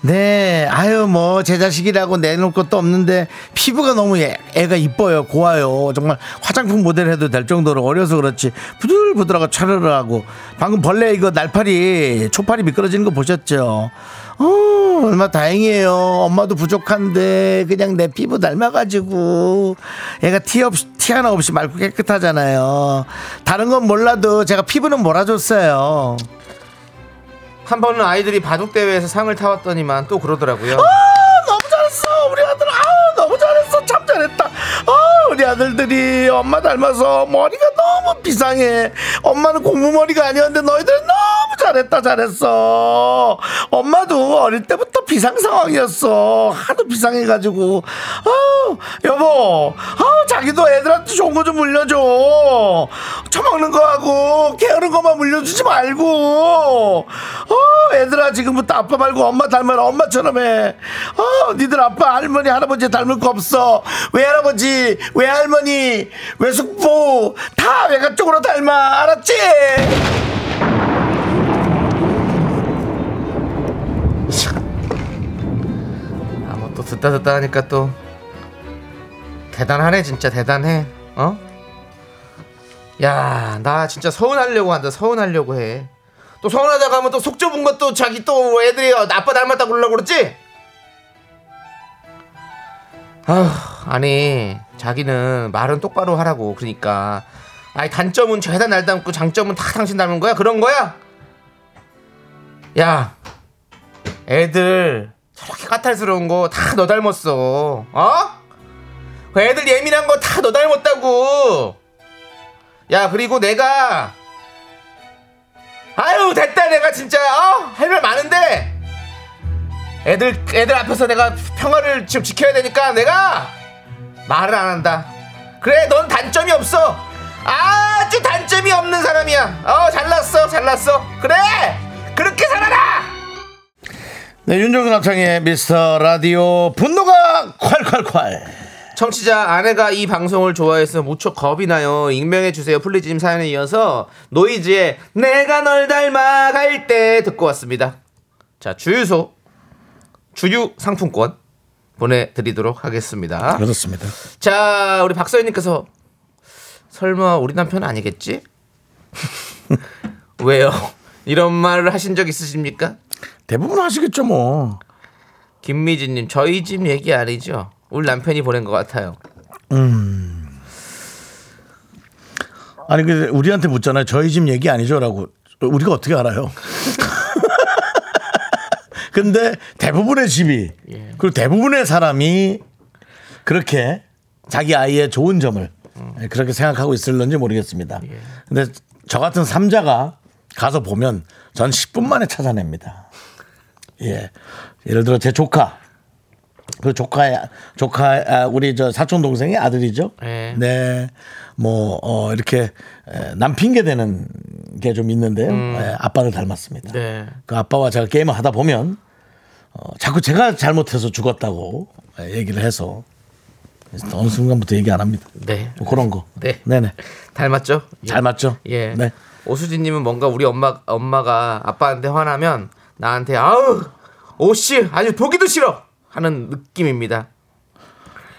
S2: 네, 아유 뭐 제 자식이라고 내놓을 것도 없는데 피부가 너무 애, 애가 이뻐요, 고와요. 정말 화장품 모델 해도 될 정도로 어려서 그렇지 부들부들하고 차르르하고 방금 벌레 이거 날파리 초파리 미끄러지는 거 보셨죠? 어, 얼마 다행이에요. 엄마도 부족한데 그냥 내 피부 닮아가지고 애가 티 없이 티 하나 없이 맑고 깨끗하잖아요. 다른 건 몰라도 제가 피부는 몰아줬어요.
S3: 한 번은 아이들이 바둑 대회에서 상을 타왔더니만 또 그러더라고요.
S2: 아, 너무 잘했어 우리 아들 아우 너무 잘했어 참 잘했다 아 우리 아들들이 엄마 닮아서 머리가 너무 비상해 엄마는 고무머리가 아니었는데 너희들은 너무 잘했다 잘했어 엄마도 어릴 때부터 비상 상황이었어 하도 비상해가지고 아 여보 아 자기도 애들한테 좋은 거 좀 물려줘 처먹는 거 하고 게으른 것만 물려주지 말고 어 애들아 지금부터 아빠 말고 엄마 닮아라 엄마처럼 해어 니들 아빠 할머니 할아버지 닮을 거 없어 외할아버지 외할머니 외숙모 다 외가 쪽으로 닮아 알았지
S3: 아뭐 또 듣다 듣다 하니까 또 대단하네 진짜 대단해. 어? 야 나 진짜 서운하려고 한다 서운하려고 해. 또 서운하다가 하면 또 속 좁은 것도 자기 또 애들이 아빠 닮았다고 그러려고 그러지? 아휴, 아니 자기는 말은 똑바로 하라고 그러니까 아니 단점은 죄다 날 닮고 장점은 다 당신 닮은 거야 그런 거야? 야 애들 저렇게 까탈스러운 거 다 너 닮았어 어? 그 애들 예민한 거 다 너 닮았다고 야 그리고 내가 아유 됐다 내가 진짜 어? 할 말 많은데 애들 애들 앞에서 내가 평화를 지금 지켜야 되니까 내가 말을 안 한다. 그래, 넌 단점이 없어. 아주 단점이 없는 사람이야. 어, 잘났어, 잘났어. 그래, 그렇게 살아라.
S2: 네 윤종근 합창의 미스터 라디오 분노가 콸콸콸
S3: 청취자 아내가 이 방송을 좋아해서 무척 겁이 나요. 익명해 주세요. 플리즈님 사연에 이어서 노이즈의 내가 널 닮아갈 때 듣고 왔습니다. 자, 주유소 주유 상품권 보내드리도록 하겠습니다.
S2: 그렇습니다
S3: 자, 우리 박서연님께서 설마 우리 남편 아니겠지? [LAUGHS] 왜요? 이런 말을 하신 적 있으십니까?
S2: 대부분 하시겠죠 뭐
S3: 김미진님, 저희 집 얘기 아니죠? 우리 남편이 보낸 것 같아요.
S2: 아니 근데 우리한테 묻잖아요. 저희 집 얘기 아니죠라고. 우리가 어떻게 알아요? 근데 대부분의 집이 그리고 대부분의 사람이 그렇게 자기 아이의 좋은 점을 예, 그렇게 생각하고 있을런지 모르겠습니다. 근데 저 같은 삼자가 가서 보면 전 10분 만에 찾아냅니다. 예. 예를 들어 제 조카 그 조카의 조카 아, 우리 저 사촌 동생의 아들이죠.
S3: 네.
S2: 네. 뭐, 어, 이렇게 에, 남 핑계 대는 게 좀 있는데요. 예, 아빠를 닮았습니다.
S3: 네.
S2: 그 아빠와 제가 게임을 하다 보면 어, 자꾸 제가 잘못해서 죽었다고 예, 얘기를 해서 그래서 어느 순간부터 얘기 안 합니다.
S3: 네.
S2: 뭐 그런 거.
S3: 네.
S2: 네네.
S3: 닮았죠?
S2: 잘 맞죠?
S3: 예.
S2: 네.
S3: 오수진님은 뭔가 우리 엄마 엄마가 아빠한테 화나면 나한테 아우 오씨 아주 보기도 싫어 하는 느낌입니다.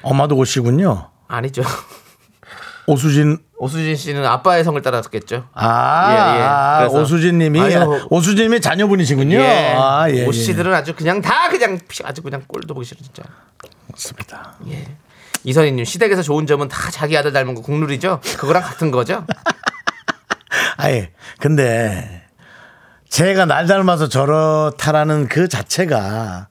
S2: 엄마도 오시군요.
S3: 아니죠. [LAUGHS]
S2: 오수진
S3: 오수진 씨는 아빠의 성을 따랐겠죠.
S2: 아,
S3: 예, 예.
S2: 아,
S3: 그래서-
S2: 오수진님이
S3: 아유.
S2: 오수진님의 자녀분이시군요.
S3: 예.
S2: 아, 예, 예.
S3: 오씨들은 아주 그냥 다 그냥 피- 아주 그냥 꼴도 보기 싫어 진짜.
S2: 맞습니다.
S3: 예. 이선희님 시댁에서 좋은 점은 다 자기 아들 닮은 거 국룰이죠. 그거랑 같은 거죠.
S2: 아예 근데 제가 날 닮아서 저렇다라는 그 자체가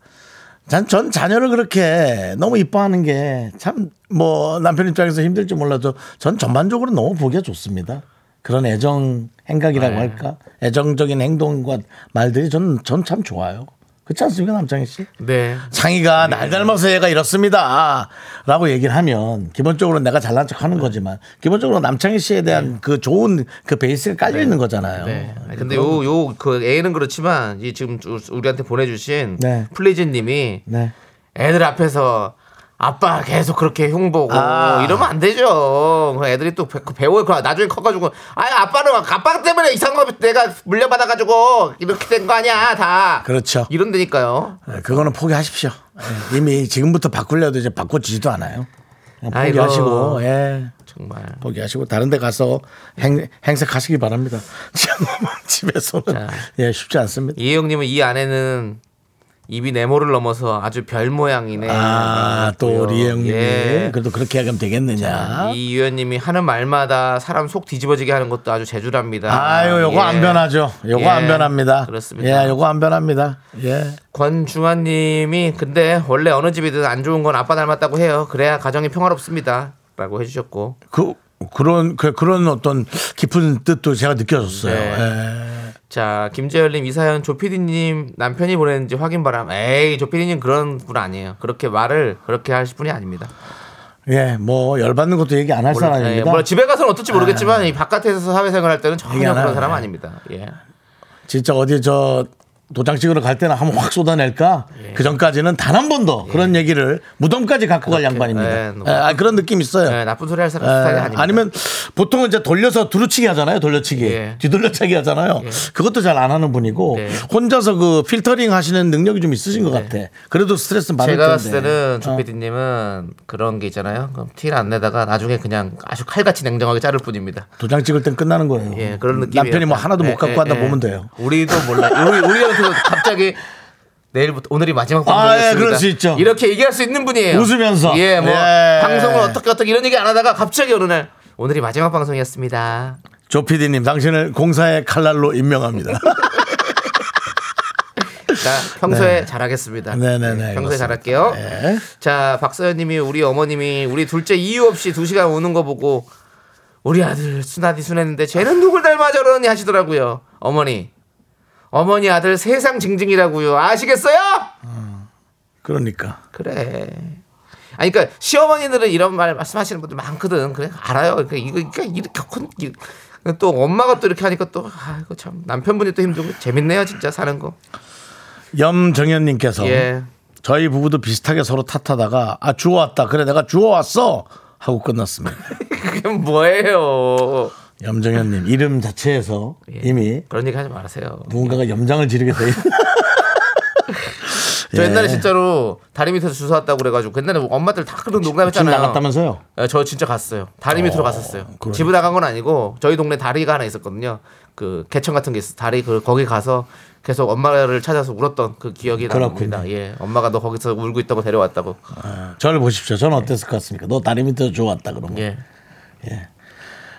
S2: 전, 전 자녀를 그렇게 너무 이뻐하는 게 참 뭐 남편 입장에서 힘들지 몰라도 전 전반적으로 너무 보기가 좋습니다. 그런 애정 행각이라고 할까? 애정적인 행동과 말들이 저는 전 참 좋아요. 그렇지 않습니까, 남창희 씨?
S3: 네.
S2: 창희가 날 닮아서 얘가 이렇습니다. 라고 얘기를 하면 기본적으로 내가 잘난 척
S3: 네.
S2: 하는 거지만 기본적으로 남창희 씨에 대한 그 좋은 그 베이스가 깔려 있는 어, 거잖아요.
S3: 네. 아니, 근데 요 요 그 애는 그렇지만 이 지금 우- 우리한테 보내주신
S2: 네.
S3: 플리즈님이
S2: 네.
S3: 애들 앞에서 아빠 계속 그렇게 흉 보고
S2: 아.
S3: 이러면 안 되죠. 그 애들이 또 배- 배워요. 그 나중에 커가지고 아 아빠는 아빠 때문에 이상한 거 내가 물려받아가지고 이렇게 된 거 아니야 다.
S2: 그렇죠.
S3: 이런 데니까요.
S2: 네, 그거는 포기하십시오. 예, 이미 지금부터 바꾸려도 이제 바꿔지지도 않아요. 그냥
S3: 아이고.
S2: 포기하시고, 예.
S3: 정말.
S2: 포기하시고 다른 데 가서 행, 행색하시기 바랍니다. [LAUGHS] 집에서는
S3: 자.
S2: 예, 쉽지 않습니다.
S3: 이혜영님은 이 아내는 입이 네모를 넘어서 아주 별 모양이네.
S2: 아, 또 우리 형님.
S3: 예.
S2: 그래도 그렇게 하면 되겠느냐.
S3: 이 유현님이 하는 말마다 사람 속 뒤집어지게 하는 것도 아주 재주랍니다.
S2: 아유, 요거
S3: 예.
S2: 안 변하죠. 요거
S3: 예,
S2: 안 변합니다.
S3: 그렇습니다.
S2: 예, 요거 안 변합니다. 예.
S3: 권중환님이 근데 원래 어느 집이든 안 좋은 건 아빠 닮았다고 해요. 그래야 가정이 평화롭습니다.라고 해주셨고
S2: 그 그런 그, 그런 어떤 깊은 뜻도 제가 느껴졌어요.
S3: 네.
S2: 예.
S3: 자 김재열님 이사연 조피디님 남편이 보냈는지 확인 바람. 에이 조피디님 그런 분 아니에요. 그렇게 말을 그렇게 하실 분이 아닙니다.
S2: 예, 뭐 열받는 것도 얘기 안 할
S3: 몰라- 예,
S2: 사람입니다. 아.
S3: 물론 집에 가서는 어떨지 모르겠지만 이 바깥에서 사회생활 할 때는 전혀
S2: 얘기 안
S3: 그런
S2: 하네.
S3: 사람 은 아닙니다. 예.
S2: 진짜 어디 저 도장 찍으러 갈 때는 한번 확 쏟아낼까?
S3: 예.
S2: 그 전까지는 단 한 번도 그런 얘기를 무덤까지 갖고 갈 양반입니다.
S3: 예, 뭐.
S2: 예, 아, 그런 느낌 있어요.
S3: 예, 나쁜 소리 할 사람
S2: 예,
S3: 스타일이 아닙니다.
S2: 아니면 보통은 이제 돌려서 두루치기 하잖아요. 돌려치기.
S3: 예.
S2: 뒤돌려차기 하잖아요. 그것도 잘 안 하는 분이고
S3: 네.
S2: 혼자서 그 필터링 하시는 능력이 좀 있으신 것 같아. 그래도 스트레스 받을 텐데.
S3: 예. 제가 봤을 때는
S2: 어.
S3: 조피디님은 그런 게 있잖아요. 그럼 티를 안 내다가 나중에 그냥 아주 칼같이 냉정하게 자를 뿐입니다.
S2: 도장 찍을 땐 끝나는 거예요.
S3: 예, 그런 예, 느낌.
S2: 남편이 뭐 하나도 못 갖고 한다 보면 돼요.
S3: 우리도
S2: [LAUGHS]
S3: 몰라. 우리 우리한테도 갑자기 내일부터 오늘이 마지막
S2: 아, 예,
S3: 방송이었습니다.
S2: 그럴 수 있죠.
S3: 이렇게 얘기할 수 있는 분이에요.
S2: 웃으면서.
S3: 예, 뭐
S2: 예.
S3: 방송을 어떻게 어떻게 이런 얘기 안 하다가 갑자기 어느 날 오늘이 마지막 방송이었습니다.
S2: 조 PD님, 당신을 공사의 칼날로
S3: [LAUGHS]
S2: 임명합니다.
S3: 자, 평소에 잘하겠습니다.
S2: 네. 네네네,
S3: 네,
S2: 그렇습니다.
S3: 평소에 잘할게요.
S2: 네.
S3: 자, 박서연님이 우리 어머님이 우리 둘째 이유 없이 두 시간 우는 거 보고 우리 아들 순하디 순했는데 쟤는 누굴 닮아 저러니 하시더라고요. 어머니, 어머니 아들 세상 징징이라고요. 아시겠어요?
S2: 그러니까.
S3: 그래. 아니, 그러니까 시어머니들은 이런 말 말씀하시는 분들 많거든. 그래 알아요. 그러니까 이거 그러니까 이렇게 큰- 이- 또 엄마가 또 이렇게 하니까 또 아이고 참 남편분이 또 힘들고 재밌네요 진짜 사는 거.
S2: 염정현님께서
S3: 예. [LAUGHS]
S2: 저희 부부도 비슷하게 서로 탓하다가 아 주워왔다 그래 내가 주워왔어 하고 끝났습니다.
S3: [LAUGHS] 그게 뭐예요?
S2: 염정현님 이름 자체에서
S3: 예.
S2: 이미
S3: 그런 얘기 하지 마세요.
S2: 누군가가 염장을 지르게 돼 있는
S3: 저
S2: 예.
S3: 옛날에 진짜로 다리 밑에서 주워 왔다고 그래가지고 옛날에 엄마들 다 그런
S2: 지
S3: 농담했잖아요.
S2: 나갔다면서요?
S3: 예, 저 진짜 갔어요. 다리 밑으로 갔었어요.
S2: 그러니까.
S3: 집을 나간 건 아니고 저희 동네 다리가 하나 있었거든요. 그 개천 같은 게 있어. 다리 그 거기 가서 계속 엄마를 찾아서 울었던 그 기억이
S2: 그렇군요. 아,
S3: 납니다. 예, 엄마가 너 거기서 울고 있다고 데려왔다고. 아,
S2: 저를 보십시오. 저는 어땠을 것 같습니까? 너 다리 밑에서 주워왔다 그러면
S3: 예,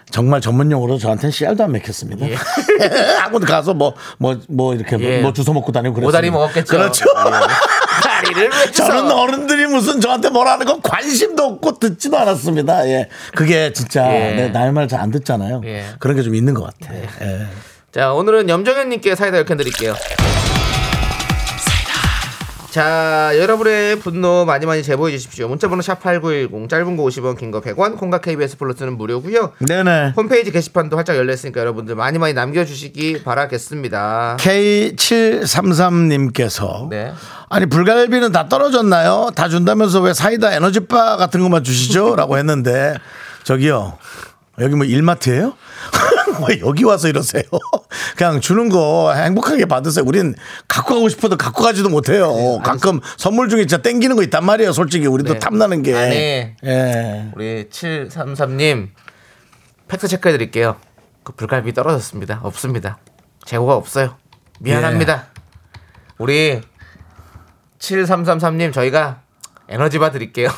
S2: 정말 전문용어로 저한테는 씨알도 안 맥혔습니다.
S3: 예.
S2: [LAUGHS] 하고 가서 뭐 뭐 뭐 이렇게 뭐-
S3: 예.
S2: 뭐 주워 먹고 다니고 그랬어요.
S3: 오다리 먹었겠죠.
S2: 그렇죠.
S3: 예. [LAUGHS] 다리를 왜 주워?
S2: [LAUGHS] 저는 어른들이 무슨 저한테 뭐라는 건 관심도 없고 듣지도 않았습니다. 예. 그게 진짜
S3: 예.
S2: 내 나의 말 잘 안 듣잖아요.
S3: 예. 네.
S2: 그런 게 좀 있는 것 같아요. 예.
S3: 자, 오늘은 염정현님께 사이다 열캔 드릴게요. 자, 여러분의 분노 많이 많이 제보해 주십시오. 문자번호 샵8910, 짧은 거 50원, 긴 거 100원, 콩과 KBS 플러스는 무료고요
S2: 네네.
S3: 홈페이지 게시판도 활짝 열렸으니까 여러분들 많이 많이 남겨주시기 바라겠습니다.
S2: K733님께서
S3: 네.
S2: 아니 불갈비는 다 떨어졌나요? 다 준다면서 왜 사이다 에너지바 같은 것만
S3: [LAUGHS]
S2: 주시죠? 라고 했는데 저기요 여기 뭐 일마트예요? [LAUGHS] 왜 여기 와서 이러세요? [LAUGHS] 그냥 주는 거 행복하게 받으세요. 우린 갖고 가고 싶어도 갖고 가지도 못해요. 가끔 선물 중에 진짜 땡기는 거 있단 말이에요. 솔직히 우리도
S3: 네.
S2: 탐나는 게.
S3: 안에.
S2: 예.
S3: 우리 733님 팩트 체크해 드릴게요. 그 불갈비 떨어졌습니다. 없습니다. 재고가 없어요. 미안합니다. 우리 7333님 저희가 에너지바 드릴게요.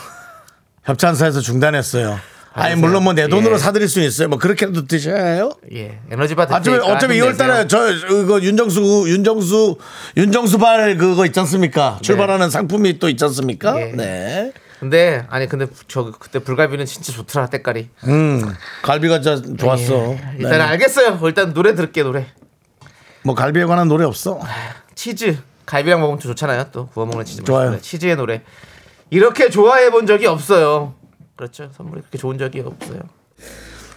S2: 협찬사에서 중단했어요. 아니
S3: 알겠어요.
S2: 물론 뭐 내 돈으로
S3: 예.
S2: 사드릴 수는 있어요. 뭐 그렇게라도 드셔야 해요.
S3: 예, 에너지바 드릴게요.
S2: 아, 어차피 어차피 2월달에 저 이거 윤정수 윤정수 윤정수발 그거 있지 않습니까? 출발하는 상품이 또 있지 않습니까?
S3: 네. 예.
S2: 네.
S3: 근데 아니 근데 저 그때 불갈비는 진짜 좋더라 때깔이.
S2: 음 갈비가 진짜 좋았어.
S3: 예,
S2: 네.
S3: 일단 알겠어요. 일단 노래 들을게 노래.
S2: 뭐 갈비에 관한 노래 없어?
S3: 치즈 갈비랑 먹으면 또 좋잖아요. 또 구워 먹는 치즈
S2: 좋아요.
S3: 맛있고요. 치즈의 노래 이렇게 좋아해 본 적이 없어요. 그렇죠. 선물이 그렇게 좋은 적이 없어요.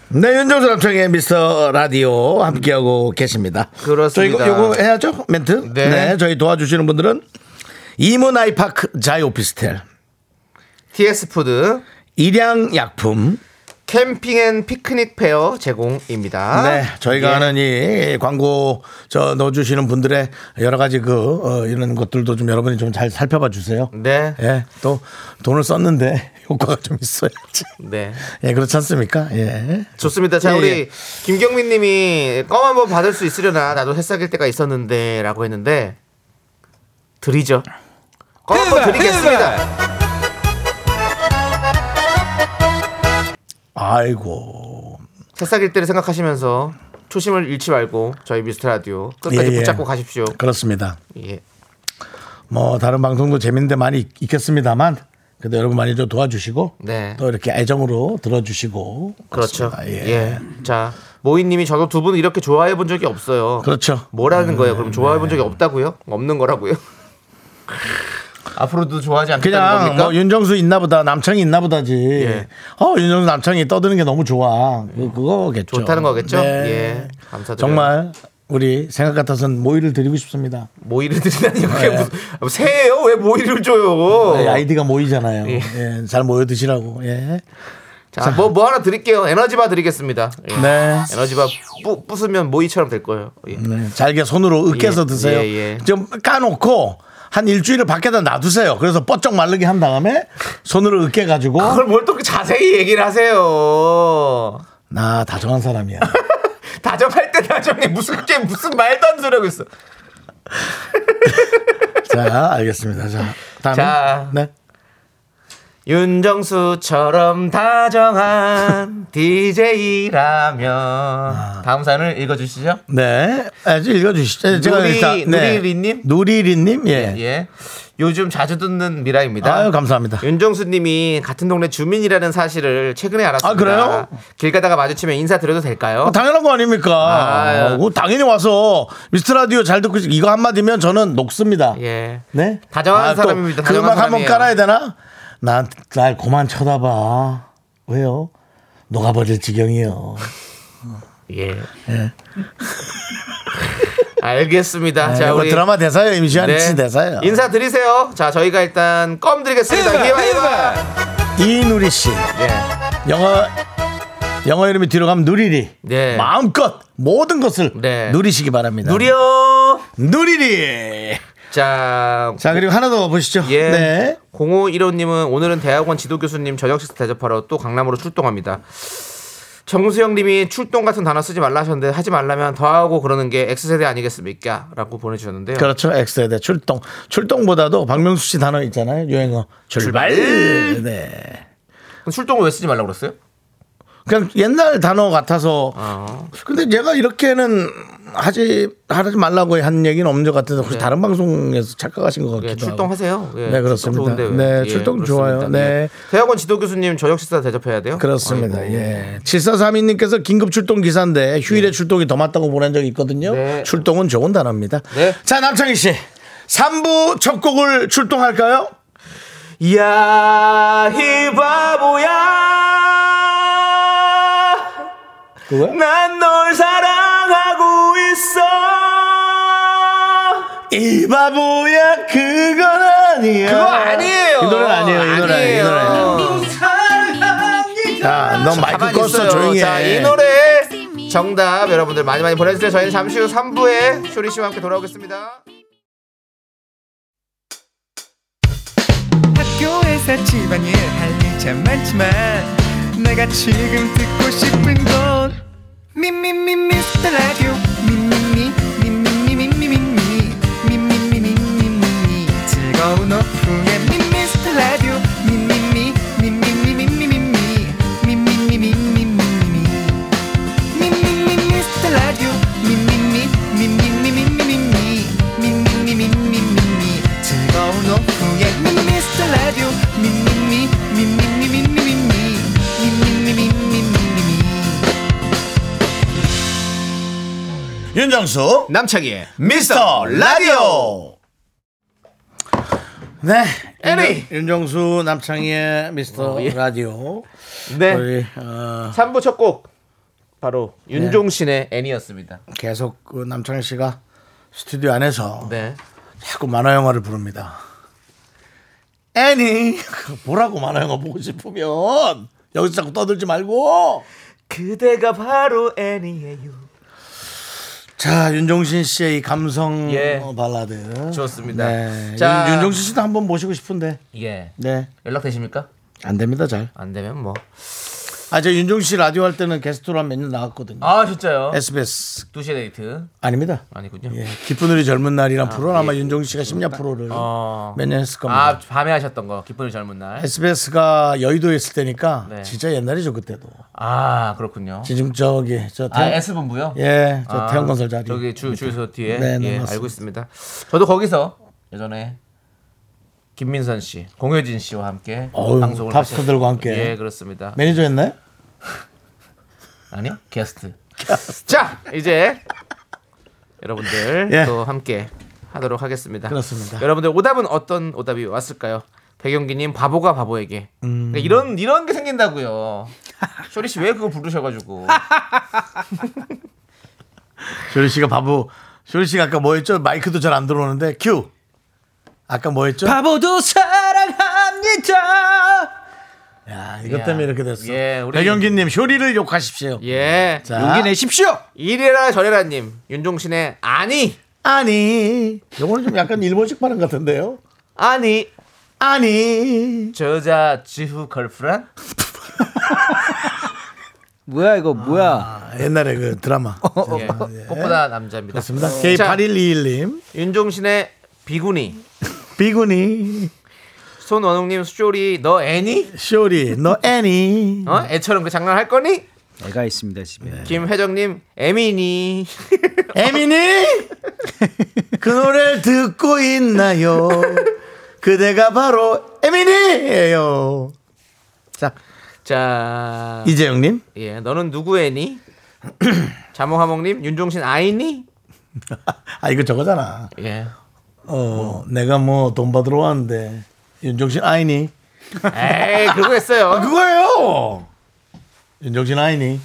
S2: 네 윤정수 남창의 미스터 라디오 함께하고 계십니다.
S3: 그렇습니다.
S2: 저희 이거, 이거 해야죠 멘트.
S3: 네.
S2: 저희 도와주시는 분들은 이문 아이파크 자이 오피스텔,
S3: TS 푸드
S2: 일양 약품.
S3: 캠핑 앤 피크닉 페어 제공입니다.
S2: 네, 저희가
S3: 예.
S2: 하는 이 광고 저 넣어주시는 분들의 여러 가지 그 어, 이런 것들도 좀 여러분이 좀 잘 살펴봐 주세요.
S3: 네.
S2: 예, 또 돈을 썼는데 [LAUGHS] 효과가 좀 있어야지.
S3: 네.
S2: 예, 그렇지 않습니까? 예.
S3: 좋습니다. 자,
S2: 예,
S3: 우리 김경민 님이 껌 한번 받을 수 있으려나 나도 새싹일 때가 있었는데 라고 했는데 드리죠. 껌 한번 드리겠습니다.
S2: 아이고.
S3: 새싹일 때를 생각하시면서 초심을 잃지 말고 저희 미스터 라디오 끝까지
S2: 예, 예.
S3: 붙잡고 가십시오.
S2: 그렇습니다.
S3: 예.
S2: 뭐 다른 방송도 재밌는데 많이 있- 있겠습니다만 그래도 여러분 많이 좀 도와주시고
S3: 네.
S2: 또 이렇게 애정으로 들어주시고
S3: 그렇죠.
S2: 그렇습니다.
S3: 예. 자, 모이님이 저도 두 분 이렇게 좋아해 본 적이 없어요.
S2: 그렇죠. 네.
S3: 뭐라는 거예요? 그럼 좋아해 본 적이 없다고요? 없는 거라고요? [LAUGHS] 앞으로도 좋아하지 않겠다는
S2: 그냥
S3: 겁니까? 예.
S2: 뭐 윤정수 있나 보다 남창이 있나 보다지. 어 윤정수 남창이 떠드는 게 너무 좋아. 그, 그거겠죠.
S3: 음. 좋다는 거겠죠?
S2: 네.
S3: 예. 감사드려요.
S2: 정말 우리 생각 같아서는 모의를 드리고 싶습니다.
S3: 모이를 드리다니 그게 무슨 아, 새예요? 왜 모이를 줘요?
S2: 네, 아이디가 모이잖아요.
S3: 어. 예.
S2: 예, 잘 모여 드시라고. 예.
S3: 자, 뭐 뭐 하나 드릴게요. 에너지바 드리겠습니다. 예.
S2: 네.
S3: 에너지바 뿌, 부수면 모이처럼 될 거예요. 예.
S2: 네, 잘게 손으로 으깨서
S3: 예,
S2: 드세요.
S3: 예, 예.
S2: 좀 까놓고 한 일주일을 밖에다 놔두세요. 그래서 뻗쩍 마르게 한 다음에 손으로 으깨가지고
S3: 그걸 뭘 또 그렇게 자세히 얘기를 하세요?
S2: 나 다정한 사람이야.
S3: 다정할 때 다정해 무슨 게 무슨 말도 안 되는 소리 하고 있어.
S2: 자, 알겠습니다. 자, 다음.
S3: 자.
S2: 네.
S3: 윤정수처럼
S2: [LAUGHS]
S3: 다정한
S2: 아.
S3: DJ라면 다음 사연을 읽어주시죠.
S2: 네. 아, 이제 읽어주시죠. 제가
S3: 누리-
S2: 일단, 네.
S3: 누리리님?
S2: 누리리님? 예.
S3: 예. 요즘 자주 듣는 미라입니다.
S2: 아유, 감사합니다.
S3: [LAUGHS] 예. 윤정수님이 같은 동네 주민이라는 사실을 최근에 알았습니다.
S2: 아, 그래요?
S3: 길 가다가 마주치면 인사 드려도 될까요?
S2: 아, 당연한 거 아닙니까?
S3: 아유.
S2: 어, 당연히 와서 미스터 라디오 잘 듣고 있- 이거 한마디면 저는 녹습니다.
S3: 예.
S2: 네.
S3: 다정한
S2: 또
S3: 사람입니다.
S2: 그
S3: 다정한
S2: 음악 한번
S3: 사람이에요.
S2: 깔아야 되나? 난, 날 그만 쳐다봐. 왜요? 녹아버릴 지경이요.
S3: 예. [LAUGHS] 알겠습니다.
S2: 네,
S3: 자,
S2: 이거
S3: 우리 네.
S2: 드라마 대사요, 임시완 씨 대사요.
S3: 인사 드리세요. 자, 저희가 일단 껌 드리겠습니다. 히바 히바.
S2: 이누리 씨.
S3: 예.
S2: 영어, 영어 이름이 뒤로 가면 누리리.
S3: 네.
S2: 마음껏 모든 것을
S3: 네.
S2: 누리시기 바랍니다.
S3: 누려.
S2: 누리리.
S3: 자,
S2: 자, 그리고 하나 더 보시죠.
S3: 예.
S2: 네.
S3: 0515님은 오늘은 대학원 지도교수님 저녁 식사 대접하러 또 강남으로 출동합니다. 정수영님이 출동 같은 단어 쓰지 말라 하셨는데 하지 말라면 더하고 그러는 게 X세대 아니겠습니까? 라고 보내주셨는데요.
S2: 그렇죠. 엑스에대 출동. 출동보다도 박명수 씨 단어 있잖아요. 유행어. 출발. 네.
S3: 그럼 출동을 왜 쓰지 말라고 그랬어요?
S2: 그냥 옛날 단어 같아서.
S3: 어.
S2: 근데 제가 이렇게는 하지 하지 말라고 한 얘기는 없는 것 같은데 혹시
S3: 네.
S2: 다른 방송에서 착각하신 것 같기도
S3: 예,
S2: 하고.
S3: 출동하세요. 예,
S2: 네, 그렇습니다.
S3: 출동 좋은데 왜.
S2: 네, 출동 좋아요.
S3: 그렇습니다.
S2: 네.
S3: 예. 대학원 지도교수님 저녁 식사 대접해야 돼요?
S2: 그렇습니다.
S3: 아이고.
S2: 예. 7432님께서 긴급 출동 기사인데 휴일에 출동이 더 맞다고 보낸 적이 있거든요.
S3: 네.
S2: 출동은 좋은 단어입니다.
S3: 네.
S2: 자, 남창희 씨. 3부 첫 곡을 출동할까요?
S3: 야, 이 바보야.
S2: 그거야?
S3: 난 널 사랑하고 있어.
S2: 이 바보야 그건 아니야
S3: 그거 아니에요.
S2: 이 노래 아니에요 이 노래 아니에요, 이 노래 아니에요. 자, 너 마이크
S3: 가만히
S2: 껐어
S3: 있어요.
S2: 조용히 해.
S3: 자, 이 노래 정답 여러분들 많이 많이 보내주세요. 저희는 잠시 후 3부에 쇼리 씨와 함께 돌아오겠습니다.
S7: 학교에서 집안일 할 일 참 많지만 내가 지금 듣고 싶은 건 미미미 미스터 라디오 미미미 미미미 미미미 미미미 미미미 즐거운 오후에 미스터 라디오 미미미 미미미 미미미 미미미 미미미 미미미 미스터 라디오 미미미 미미미 미미미 미미미 미미미 즐거운 오후에 미스터 라디오 미미미 미미미 미미미 미미미 미미미
S2: 윤정수
S3: 남창희의
S2: 미스터 라디오 네
S3: 에리. 어, 예.
S2: 윤- 윤정수 남창희의 미스터 라디오
S3: 네.
S2: 우리 어,
S3: 3부 첫 곡. 바로
S2: 네.
S3: 윤종신의 애니였습니다.
S2: 계속 그 남창희 씨가 스튜디오 안에서
S3: 네.
S2: 자꾸 만화 영화를 부릅니다. 애니 [LAUGHS] 뭐라고 만화 영화 보고 싶으면 여기서 자꾸 떠들지 말고
S3: 그대가 바로 애니예요.
S2: 자 윤종신 씨의 이 감성
S3: 예.
S2: 어, 발라드
S3: 좋습니다.
S2: 네.
S3: 자.
S2: 윤, 윤종신 씨도 한번 모시고 싶은데
S3: 예.
S2: 네 안
S3: 연락 되십니까?
S2: 됩니다 잘.
S3: 안 되면 뭐.
S2: 네. 아저 윤종신 씨 라디오 할 때는 게스트로 한 몇 년 나왔거든요.
S3: 아, 진짜요?
S2: SBS
S3: 두시에 데이트
S2: 아닙니다.
S3: 아니군요.
S2: 네. 예, 기쁜 우리 젊은 날이란 프로는 아마 윤종신 씨가 심야 프로를
S3: 어.
S2: 몇 년 했을 겁니다.
S3: 예. 아, 밤에 하셨던 거. 기쁜 젊은
S2: 네.
S3: 날.
S2: SBS가 여의도에 있을 때니까
S3: 네.
S2: 진짜 옛날이죠 그때도.
S3: 아, 그렇군요.
S2: 지금 저기 저
S3: 아,
S2: 태양,
S3: S본부요?
S2: 예, 저
S3: 아,
S2: 태양건설 자리.
S3: 저기 주 주유소 뒤에
S2: 네, 네,
S3: 예,
S2: 맞습니다.
S3: 알고 있습니다. 저도 거기서 예전에 김민선 씨, 공효진 씨와 함께
S2: 어우,
S3: 방송을
S2: 탑스타들과
S3: 하셨-
S2: 함께.
S3: 예, 그렇습니다.
S2: 매니저 했나요?
S3: 아니요, 게스트. 자, 이제 여러분들
S2: [LAUGHS] 예.
S3: 또 함께 하도록 하겠습니다.
S2: 그렇습니다.
S3: 여러분들 오답은 어떤 오답이 왔을까요? 백영기님 바보가 바보에게
S2: 음.
S3: 그러니까 이런 이런 게 생긴다고요. [LAUGHS] 쇼리 씨 왜 그거
S2: [LAUGHS]
S3: 부르셔가지고
S2: 조리 씨가 바보. 조리 씨가 아까 뭐였죠? 마이크도 잘 안 들어오는데 큐. 아까 뭐였죠?
S7: 바보도 사랑합니다.
S2: 야, 이것 때문에
S3: 야.
S2: 이렇게 됐어.
S3: 예, 우리-
S2: 백영기님 쇼리를 욕하십시오.
S3: 예
S2: 자,
S7: 용기 내십시오.
S3: 이래라 저래라님 윤종신의 아니
S2: 아니. 요거는 좀 약간 일본식 발음 같은데요.
S3: 아니
S2: 아니.
S3: 저자 지후 걸프란
S7: 뭐야 이거 뭐야?
S2: 아, 옛날에 그 드라마.
S3: 예, 꽃보다 남자입니다.
S2: 어, 그렇습니다. K8121님.
S3: 윤종신의 비구니
S2: 비구니.
S3: 손원웅님 수조리 너 애니
S2: 쇼리. 너 애니.
S3: 어 애처럼 그 장난 할 거니 네.
S7: 애가 있습니다 집에.
S3: 김혜정님 애미니 [LAUGHS]
S2: 에미니 [LAUGHS] 그 노래를 듣고 있나요? 그대가 바로 에미니예요. 자
S3: 자
S2: 이재영님
S3: 예, 너는 누구 애니 [CLEARS THROAT] 자몽하몽님 윤종신 아이니
S2: 아 이거 저거잖아.
S3: 예
S2: 어 내가 뭐 돈 받으러 왔는데 윤종신 아이니
S3: 에이 그거 했어요
S2: 아, 그거예요. 윤종신 아이니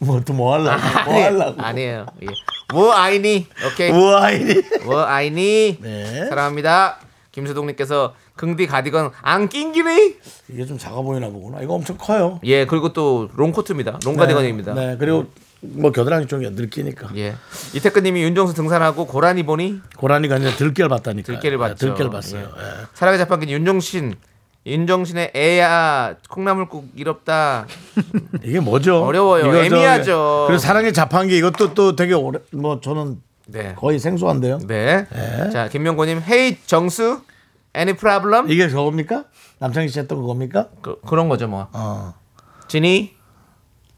S2: 뭐 또 뭐 할라 뭐 할라고
S3: 아, 아니에요 예. 뭐 아이니 오케이
S2: 뭐 아이니
S3: 뭐 아이니
S2: 네.
S3: 사랑합니다 김수동님께서 긍디 가디건 안 낑기니
S2: 이게 좀 작아 보이나 보구나. 이거 엄청 커요.
S3: 예 그리고 또 롱코트입니다 롱가디건입니다 음.
S2: 네 그리고 뭐 겨드랑이 쪽이 들키니까
S3: 예 이태근님이 윤정수 등산하고 고라니 보니
S2: 고라니가 아니라 들깨를 봤다니까.
S3: 들깨를 봤죠
S2: 네, 들깨를 봤어요.
S3: 예.
S2: 예.
S3: 사랑의 자판기 윤정신 윤정신의 애야 콩나물국 이롭다
S2: 예. 이게 뭐죠?
S3: 어려워요.
S2: 이거 저-
S3: 애매하죠.
S2: 그리고 사랑의 자판기 이것도 또 되게 오래 뭐 저는
S3: 네
S2: 거의 생소한데요.
S3: 네.
S2: 예.
S3: 자, 김명곤님, 헤이 정수, any problem?
S2: 이게 저겁니까? 남창희 씨 했던 그겁니까?
S3: 그, 런 거죠, 뭐.
S2: 어. [LAUGHS]
S3: 진이,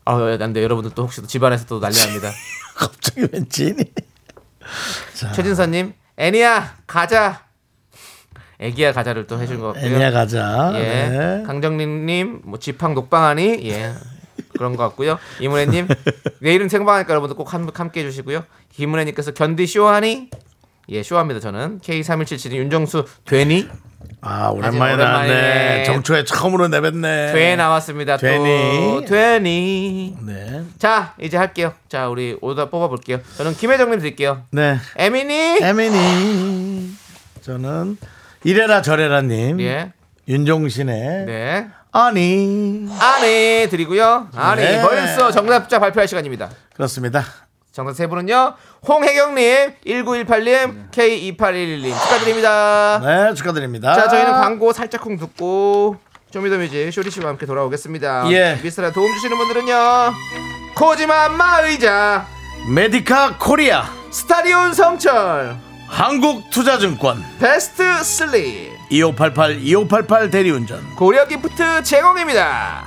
S3: 아, 안돼 여러분들 또 혹시 또 집안에서 또 난리납니다.
S2: 갑자기 웬 진이?
S3: 네.
S2: 아.
S3: 최진선님, 애니야 가자. 애기야 가자를 또 해준 것 같고요.
S2: 애니야 가자.
S3: 예.
S2: 네.
S3: 강정림님, 뭐 지팡 녹방하니, 예. 그런 것 같고요. 이문혜님, 내일은 생방하니까 여러분들 꼭 함, 함께 해주시고요. 김은혜님께서 견디 쇼하니, 예, 쇼합니다. 저는 K3177 윤정수 되니?
S2: 아 오랜만에
S3: 아주 오랜만에.
S2: 나왔네. 정초에 처음으로 내뱉네.
S3: 되 나왔습니다. 또
S2: 되니?
S3: 되니.
S2: 네.
S3: 자, 이제 할게요. 자, 우리 오다 뽑아 볼게요. 저는 김혜정 님 드릴게요.
S2: 네.
S3: 에미니.
S2: 에미니. 저는 이래라 저래라님.
S3: 예.
S2: 윤종신의
S3: 네.
S2: 아니.
S3: 아니 드리고요. 아니
S2: 네.
S3: 벌써 정답자 발표할 시간입니다.
S2: 그렇습니다.
S3: 정답 세 분은요. 홍혜경님, 1918님, K2811님 축하드립니다.
S2: 네 축하드립니다.
S3: 자, 저희는 광고 살짝쿵 듣고 쇼미더뮤직 쇼리 씨와 함께 돌아오겠습니다.
S2: 예.
S3: 미스라 도움 주시는 분들은요. 코지마 안마 의자,
S2: 메디카 코리아
S3: 스타리온 성철,
S2: 한국투자증권
S3: 베스트 슬립,
S2: 2588 2588 대리운전
S3: 고려 기프트 제공입니다.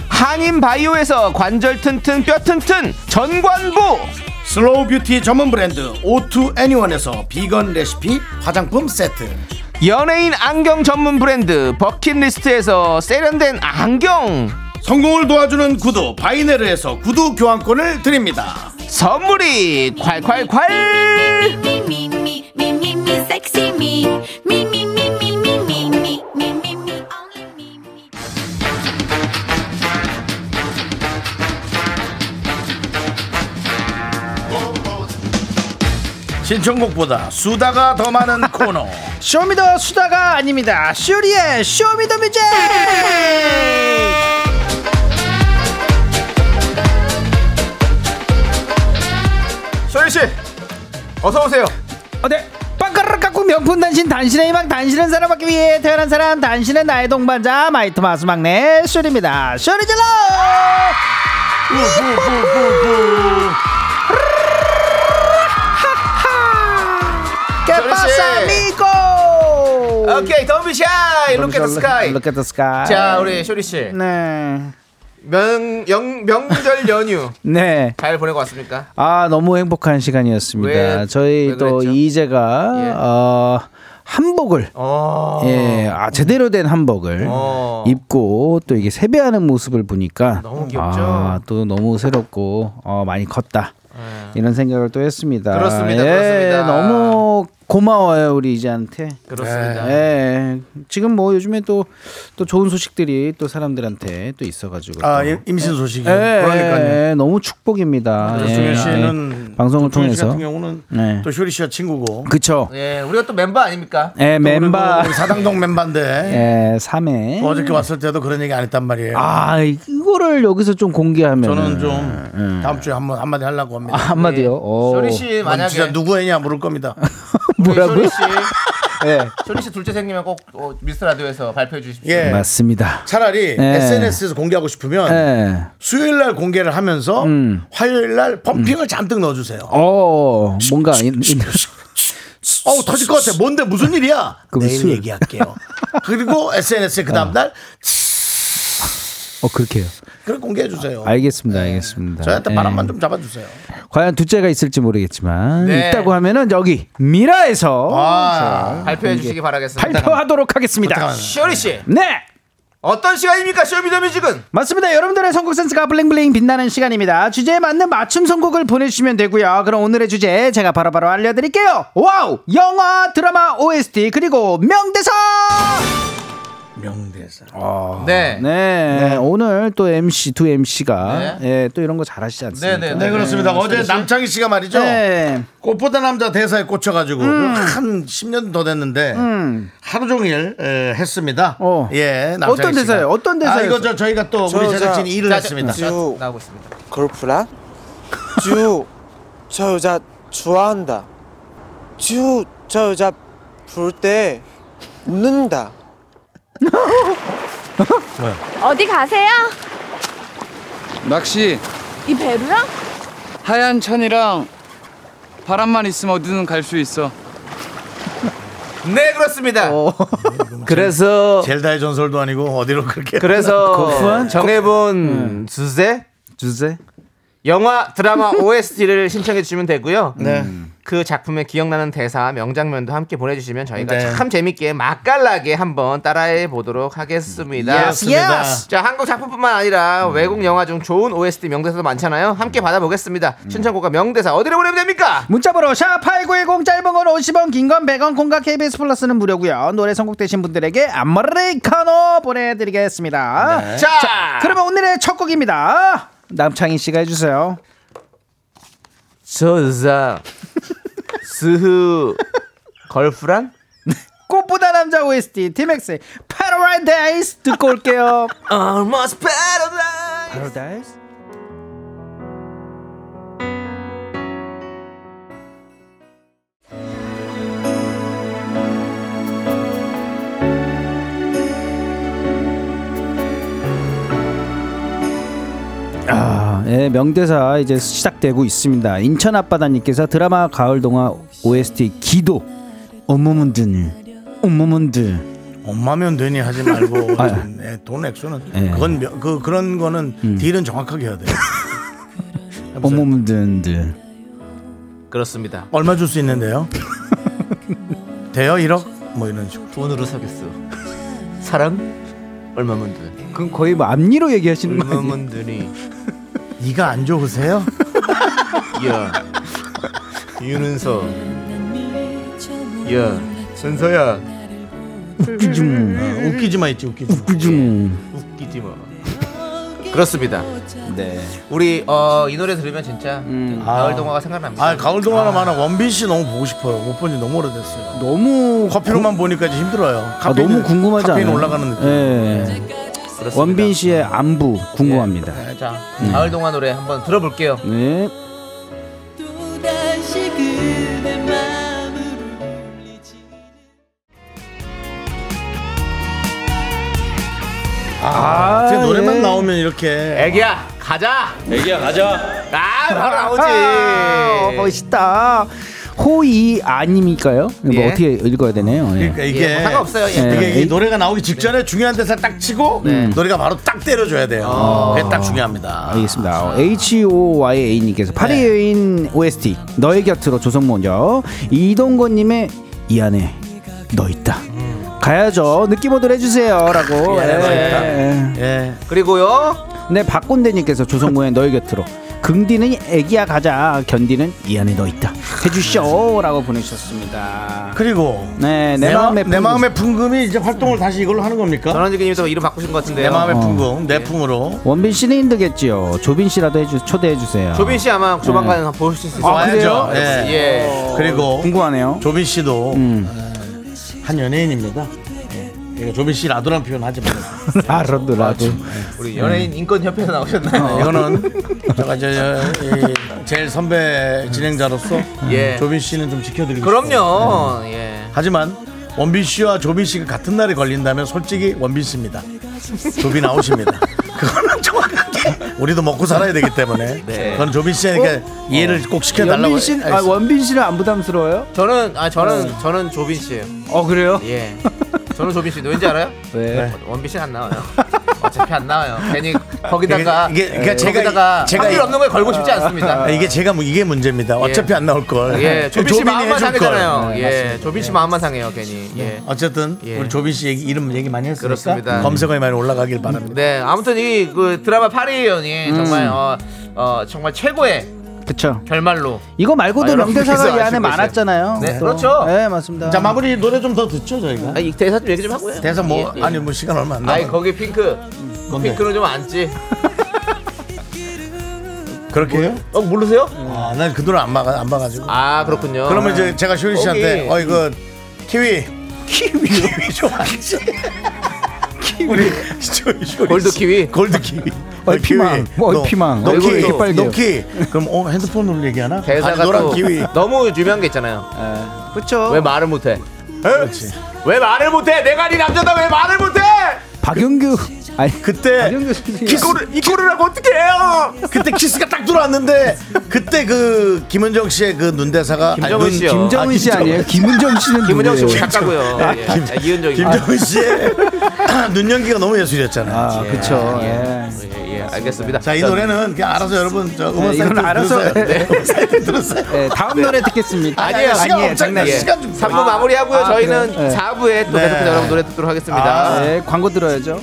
S3: 한인 바이오에서 관절 튼튼 뼈 튼튼 전관부
S2: 슬로우 뷰티 전문 브랜드 오투 애니원에서 비건 레시피 화장품 세트
S3: 연예인 안경 전문 브랜드 버킷리스트에서 세련된 안경
S2: 성공을 도와주는 구두 바이네르에서 구두 교환권을 드립니다.
S3: 선물이 콸콸콸
S2: 신청곡보다 수다가 더 많은 [LAUGHS] 코너
S7: 쇼미더 수다가 아닙니다. 쇼리의 쇼미더뮤직.
S3: 소리 씨 어서 오세요
S7: 어때? 네. 빵가루 깎고 명품 단신 단신의 희망 단신은 사람받기 위해 태어난 사람 단신은 나의 동반자 마이토마스 막내 네, 쇼리입니다. 쇼리 질러.
S3: 쇼리 씨.
S7: 깨빠사미고.
S3: 오케이 덤비샤 Look at the sky
S7: Look at the sky.
S3: 자 우리 쇼리 씨
S7: 네.
S3: 명, 영, 명절 연휴
S7: 네.
S3: 잘 보내고 왔습니까?
S7: 아 너무 행복한 시간이었습니다.
S3: 왜-
S7: 저희
S3: 왜
S7: 또
S3: 그랬죠?
S7: 이제가
S3: 예.
S7: 어, 한복을
S3: 어
S7: 예, 아, 제대로 된 한복을
S3: 어.
S7: 입고 또 이게 세배하는 모습을 보니까
S3: 너무 귀엽죠?
S7: 아, 또 너무 새롭고 어, 많이 컸다 이런 생각을 또 했습니다.
S3: 네. 그렇습니다,
S7: 예,
S3: 그렇습니다.
S7: 너무 고마워요 우리 이제한테.
S3: 그렇습니다
S7: 예, 지금 뭐 요즘에 또 또 좋은 소식들이 또 사람들한테 또 있어가지고.
S2: 아
S7: 또.
S2: 임- 임신 소식이
S7: 예,
S2: 그러니까요.
S7: 예, 예, 너무 축복입니다.
S3: 네,
S2: 조승현
S7: 예,
S2: 씨는
S7: 예, 방송을
S2: 조승현 씨
S7: 통해서
S2: 같은 경우는
S7: 네.
S2: 또 효리 씨와 친구고
S7: 그쵸.
S3: 예 우리가 또 멤버 아닙니까?
S7: 예, 멤버
S2: 우리 사당동 멤버인데
S7: 예, 3회
S2: 어저께 왔을 때도 그런 얘기 안 했단 말이에요.
S7: 아 이거를 여기서 좀 공개하면
S2: 저는 좀 네. 다음 주에 한번 한마디 하려고
S7: 아,
S2: 합니다.
S7: 한마디요. 오.
S3: 예. 쇼리 씨
S2: 그럼
S3: 만약에
S2: 진짜 누구 애냐 물을 겁니다. 네,
S3: 우리 쇼리
S7: 뭐라고요?
S3: 씨
S7: 예,
S3: 쇼리 씨 둘째 생님은 꼭 어, 미스터 라디오에서 발표해 주십시오.
S2: 예.
S7: [LAUGHS] 음, 맞습니다.
S2: 차라리
S7: 예.
S2: SNS에서 공개하고 싶으면
S7: 예, 음.
S2: 수요일 날 공개를 하면서 화요일 날 펌핑을 잔뜩 넣어주세요.
S7: 어 뭔가 인, 인,
S2: 어우 터질 것 같아. 뭔데 무슨 일이야?
S7: 그럼
S2: 내일
S7: 수요일.
S2: 얘기할게요. 그리고 SNS에 그 다음 날
S7: 어 그렇게요.
S2: 그걸 공개해 주세요.
S7: 알겠습니다,
S2: 네.
S7: 알겠습니다.
S2: 저한테
S7: 예.
S2: 바람만 좀 잡아주세요.
S7: 과연 둘째가 있을지 모르겠지만
S3: 네.
S7: 있다고 하면은 여기 미라에서
S2: 아,
S3: 발표해 주시기 바라겠습니다.
S7: 발표하도록 하겠습니다.
S2: 잠깐만.
S3: 쇼리 씨
S7: 네.
S3: 어떤 시간입니까? 쇼미더뮤직은
S7: 맞습니다. 여러분들의 선곡 센스가 블링블링 빛나는 시간입니다. 주제에 맞는 맞춤 선곡을 보내주시면 되고요. 그럼 오늘의 주제 제가 바로바로 알려드릴게요. 와우! 영화, 드라마, OST 그리고 명대사!
S2: 명대사.
S3: 네. 네.
S7: 네, 오늘 또 MC 두 MC가 예, 또 이런 거 잘하시지 않습니까?
S3: 네,
S2: 네 그렇습니다. 어제 남창희 씨가 말이죠.
S7: 네.
S2: 꽃보다 남자 대사에 꽂혀가지고 한 10년 더 됐는데 하루 종일 에, 했습니다.
S7: 어.
S2: 예, 남창희
S7: 어떤
S2: 씨가.
S7: 대사예요? 어떤 대사예요?
S2: 아, 이거 저, 저희가 또 우리
S8: 저,
S2: 제작진이
S8: 저,
S2: 일을
S3: 자,
S2: 했습니다.
S8: 저, 쭉.
S3: 나오고 있습니다.
S8: 골프랑 주, 저 여자 좋아한다. 주, 저 여자 볼 때 웃는다.
S5: 어디 가세요?
S9: 낚시
S5: 이 배로요?
S9: 하얀 천이랑 바람만 있으면 어디든 갈 수 있어.
S3: 네 그렇습니다. 그래서
S2: 젤다의 전설도 아니고 어디로 그렇게
S3: [LAUGHS] 그래서 정해본 주제 네. 주제 영화 드라마 OST를 신청해 주시면 되고요.
S8: 네.
S3: 그 작품의 기억나는 대사 명장면도 함께 보내주시면 저희가 참 재밌게 맛깔나게 한번 따라해 보도록 하겠습니다.
S2: 그렇습니다.
S3: 자 한국 작품뿐만 아니라 외국 영화 중 좋은 OST 명대사도 많잖아요. 함께 받아보겠습니다. 신청곡과 명대사 어디로 보내면 됩니까?
S7: 문자번호 샵8910 짧은 건 50원 긴 건 100원 콩과 KBS 플러스는 무료고요 노래 선곡되신 분들에게 아메리카노 보내드리겠습니다
S3: 네. 자,
S7: 그러면 오늘의 첫 곡입니다 남창희 씨가 해주세요
S3: 저자 스흐 걸프란
S7: 꽃보다 남자 OST DMX Paradise 듣고 올게요
S3: Almost Paradise.
S7: Paradise 아, 예, 명대사 이제 시작되고 있습니다. 인천 아빠다님께서 드라마 가을 동화 OST 기도 온몸은들 온몸은들
S2: 엄마면 되니 하지 말고
S7: [LAUGHS] 아.
S2: 예, 돈 액수는 그건 명- 그 그런 거는
S7: 음.
S2: 딜은 정확하게 해야 돼요.
S7: 온몸은들
S3: 그렇습니다.
S2: 얼마 줄 수
S7: [LAUGHS]
S2: 있는데요? 돼요 1억 뭐 이런 식으로.
S3: 돈으로 사겠어. 사랑 얼마면 돼?
S7: 그건 거의 뭐 앞니로 얘기하시는 거 아니에요?
S3: 얼마면 되니?
S2: 이가 안 좋으세요?
S7: 음.
S3: 야 윤은서. 야 은서야
S7: 웃기지 뭐
S2: 네, 웃기지 마 있지 웃기지. 마.
S7: 웃기지 뭐
S3: 웃기지 마. 그렇습니다. 우리 어, 이 노래 들으면 진짜 가을 동화가 생각납니다.
S2: 네. 음. 아 가을 동화나 만화 원빈 씨 너무 보고 싶어요. 못 본 지 너무 오래됐어요.
S7: 너무
S2: 커피로만 보니까 이제 힘들어요.
S7: 어? 아, 너무 궁금하지
S2: 카페인
S7: 않아요?
S2: 올라가는 느낌.
S7: 예.
S3: 그렇습니다.
S7: 원빈 씨의 안부 궁금합니다.
S3: 자
S2: 음.
S3: 가을 동화 노래 한번 들어볼게요.
S7: 네.
S2: 아, 제 노래만
S7: 예.
S2: 나오면 이렇게
S3: 애기야 가자.
S4: 애기야 가자
S3: 아 바로 나오지.
S7: 아, 멋있다. 호이 아님일까요? 뭐
S3: 예.
S7: 어떻게 읽어야 되나요? 예.
S2: 그러니까 이게
S3: 예, 뭐 상관없어요. 예.
S2: 이게 이
S7: 에이.
S2: 노래가 나오기 직전에 중요한 대사 딱 치고 노래가 바로 딱 때려줘야 돼요. 그게 딱 중요합니다.
S7: 네. 아. 알겠습니다. H O Y A 님께서 파리 여인 OST 너의 곁으로 조성모녀 이동건 님의 이 안에 너 있다. 가야죠. 느낌 오들 해주세요라고.
S2: 음. 안에 너
S7: 예.
S2: 있다. 예.
S3: 그리고요
S7: 네 박곤대님께서 조성모의 너의 곁으로 긍디는 애기야 가자 견디는 이 안에 너 있다 해주쇼라고 보내주셨습니다.
S2: 그리고
S7: 네, 내
S2: 내, 마음의 내
S7: 마음의 풍금.
S2: 마음의 풍금이 이제 활동을 다시 이걸로 하는 겁니까?
S3: 전원지기님도 이름 바꾸신 것
S2: 내
S3: 같은데요.
S2: 마음의 풍금 내 품으로
S7: 원빈 씨는 힘들겠지요. 조빈 씨라도 해주 초대해 주세요.
S3: 조빈 씨 아마 조만간에 한번 보실 수 있을 것
S2: 아, 그래요?
S3: 네. 같아요.
S2: 예.
S3: 예.
S2: 그리고
S7: 궁금하네요.
S2: 조빈 씨도 어, 한 연예인입니다. 예. 그러니까 조빈 씨 라도란 표현 하지 마세요.
S7: 라도 라도.
S3: 우리 연예인 인권 협회에서 나오셨나요?
S2: 이거는 제가 이제 이 제일 선배 진행자로서
S3: 예.
S2: 조빈 씨는 좀 지켜드리고 싶어요.
S3: 그럼요. 예.
S2: 하지만 원빈 씨와 조빈 씨가 같은 날에 걸린다면 솔직히 원빈 씨입니다. 조빈
S3: [LAUGHS]
S2: 아웃입니다. 그거는 정확하게 우리도 먹고 살아야 되기 때문에
S3: 네.
S2: 그건 조빈 씨니까
S3: 어?
S2: 이해를 꼭 시켜달라고.
S7: 원빈 씨, 아, 원빈 씨는 안 부담스러워요?
S3: 저는 아 저는 저는 조빈 씨예요.
S7: 어 그래요?
S3: 예. 저는 조빈 씨 왠지 알아요?
S7: 네.
S3: 원빈 씨는 안 나와요. 어차피 안 나와요. 괜히 거기다가 예,
S2: 이게- 이게- 그러니까 제가-
S3: 거기다가
S2: 제가
S3: 확률
S2: 이-
S3: 없는 걸 걸고 싶지 않습니다.
S2: 아, 이게 제가 뭐 이게 문제입니다. 어차피 안 나올 걸. [LAUGHS]
S3: 예. 조빈 씨
S2: 조빈이
S3: 마음만
S2: 해줄 걸. 네.
S3: 상해잖아요. 예. 조빈 씨 마음만 상해요, 괜히. 예.
S2: 어쨌든
S3: 예.
S2: 우리 조빈 씨 얘기, 이름 얘기 많이 했으니까
S3: 그렇습니다.
S2: 검색어에 많이 올라가길 바랍니다.
S3: 네. 아무튼 이 그 드라마 파리의 연이 정말 어, 어 정말 최고의
S7: 그쵸.
S3: 결말로
S7: 이거 말고도
S3: 아, 여러분
S7: 명대사가
S3: 계속
S7: 이 안에
S3: 아시고
S7: 많았잖아요.
S3: 네,
S7: 또.
S3: 그렇죠.
S7: 네 맞습니다.
S2: 자 마무리 노래 좀 더 듣죠 저희가.
S3: 아, 이 대사 좀 얘기 좀 하고요.
S2: 대사 뭐
S3: 예, 예.
S2: 아니 뭐 시간 얼마 안
S3: 아이
S2: 남았.
S3: 거기 핑크. 그
S2: 뭔데?
S3: 핑크는 좀 앉지.
S2: 그렇게요?
S3: 어 모르세요?
S2: 아, 난 그 노래 안 막아 안 봐가지고.
S3: 아 그렇군요.
S2: 그러면 이제 제가 쇼리 씨한테
S3: 거기.
S2: 어 이거 키위 키위 [LAUGHS] 키위 좋아하지. 우리 쇼리 쇼리
S3: 골드
S2: 씨.
S3: 키위.
S2: 골드 키위.
S7: 얼피망, 뭐 얼피망. 얼굴이
S2: 노키
S7: 이렇게 빨개요.
S2: 노키. 그럼 어 핸드폰으로 얘기하나?
S3: 대사가
S2: 아니, 노란
S3: 또 [LAUGHS]
S2: 키위.
S3: 너무 유명한 게 있잖아요.
S7: 그렇죠.
S3: 왜 말을 못해?
S2: 그렇지.
S3: 왜 말을 못해? 내가 네 남자다 왜 말을 못해?
S7: 박영규 아니
S2: 그때
S7: 박영규 선생님.
S2: 키스를 이거를 하고 어떻게 해요? 그때 키스가 딱 들어왔는데 그때 그 김은정 씨의 그 눈대사가 아니,
S3: 김정은
S2: 눈-
S3: 씨요.
S7: 김정은 씨
S2: 아, 김정은.
S7: 아니에요? 김은정 씨는
S3: 김은정 씨
S2: [LAUGHS]
S7: 누구예요?
S3: 작가고요. 예,
S2: 네. 김-
S3: 아, 이은정이.
S2: 김정은 씨의 [LAUGHS] 눈 연기가 너무 예술이었잖아요.
S7: 아 그쵸.
S3: 예.
S7: 예.
S3: 예, 예, 알겠습니다.
S2: 자, 이 노래는 그냥 알아서 여러분 저 음원
S7: 네,
S2: 사이트
S7: 이건 알아서-
S2: 들으세요. 네. [LAUGHS] 음원 사이트 들으세요.
S7: 예, 다음 노래 듣겠습니다.
S2: 아니에요, 시간
S7: 아니에요.
S2: 없잖아요.
S7: 장난.
S3: 예.
S7: 아니에요.
S2: 시간 좀
S3: 3부
S2: 아,
S3: 마무리하고요.
S7: 아,
S3: 저희는
S7: 그래요? 네.
S3: 4부에 또
S2: 네.
S3: 계속해서 여러분 노래 듣도록 하겠습니다.
S2: 아,
S7: 네, 광고 들어야죠.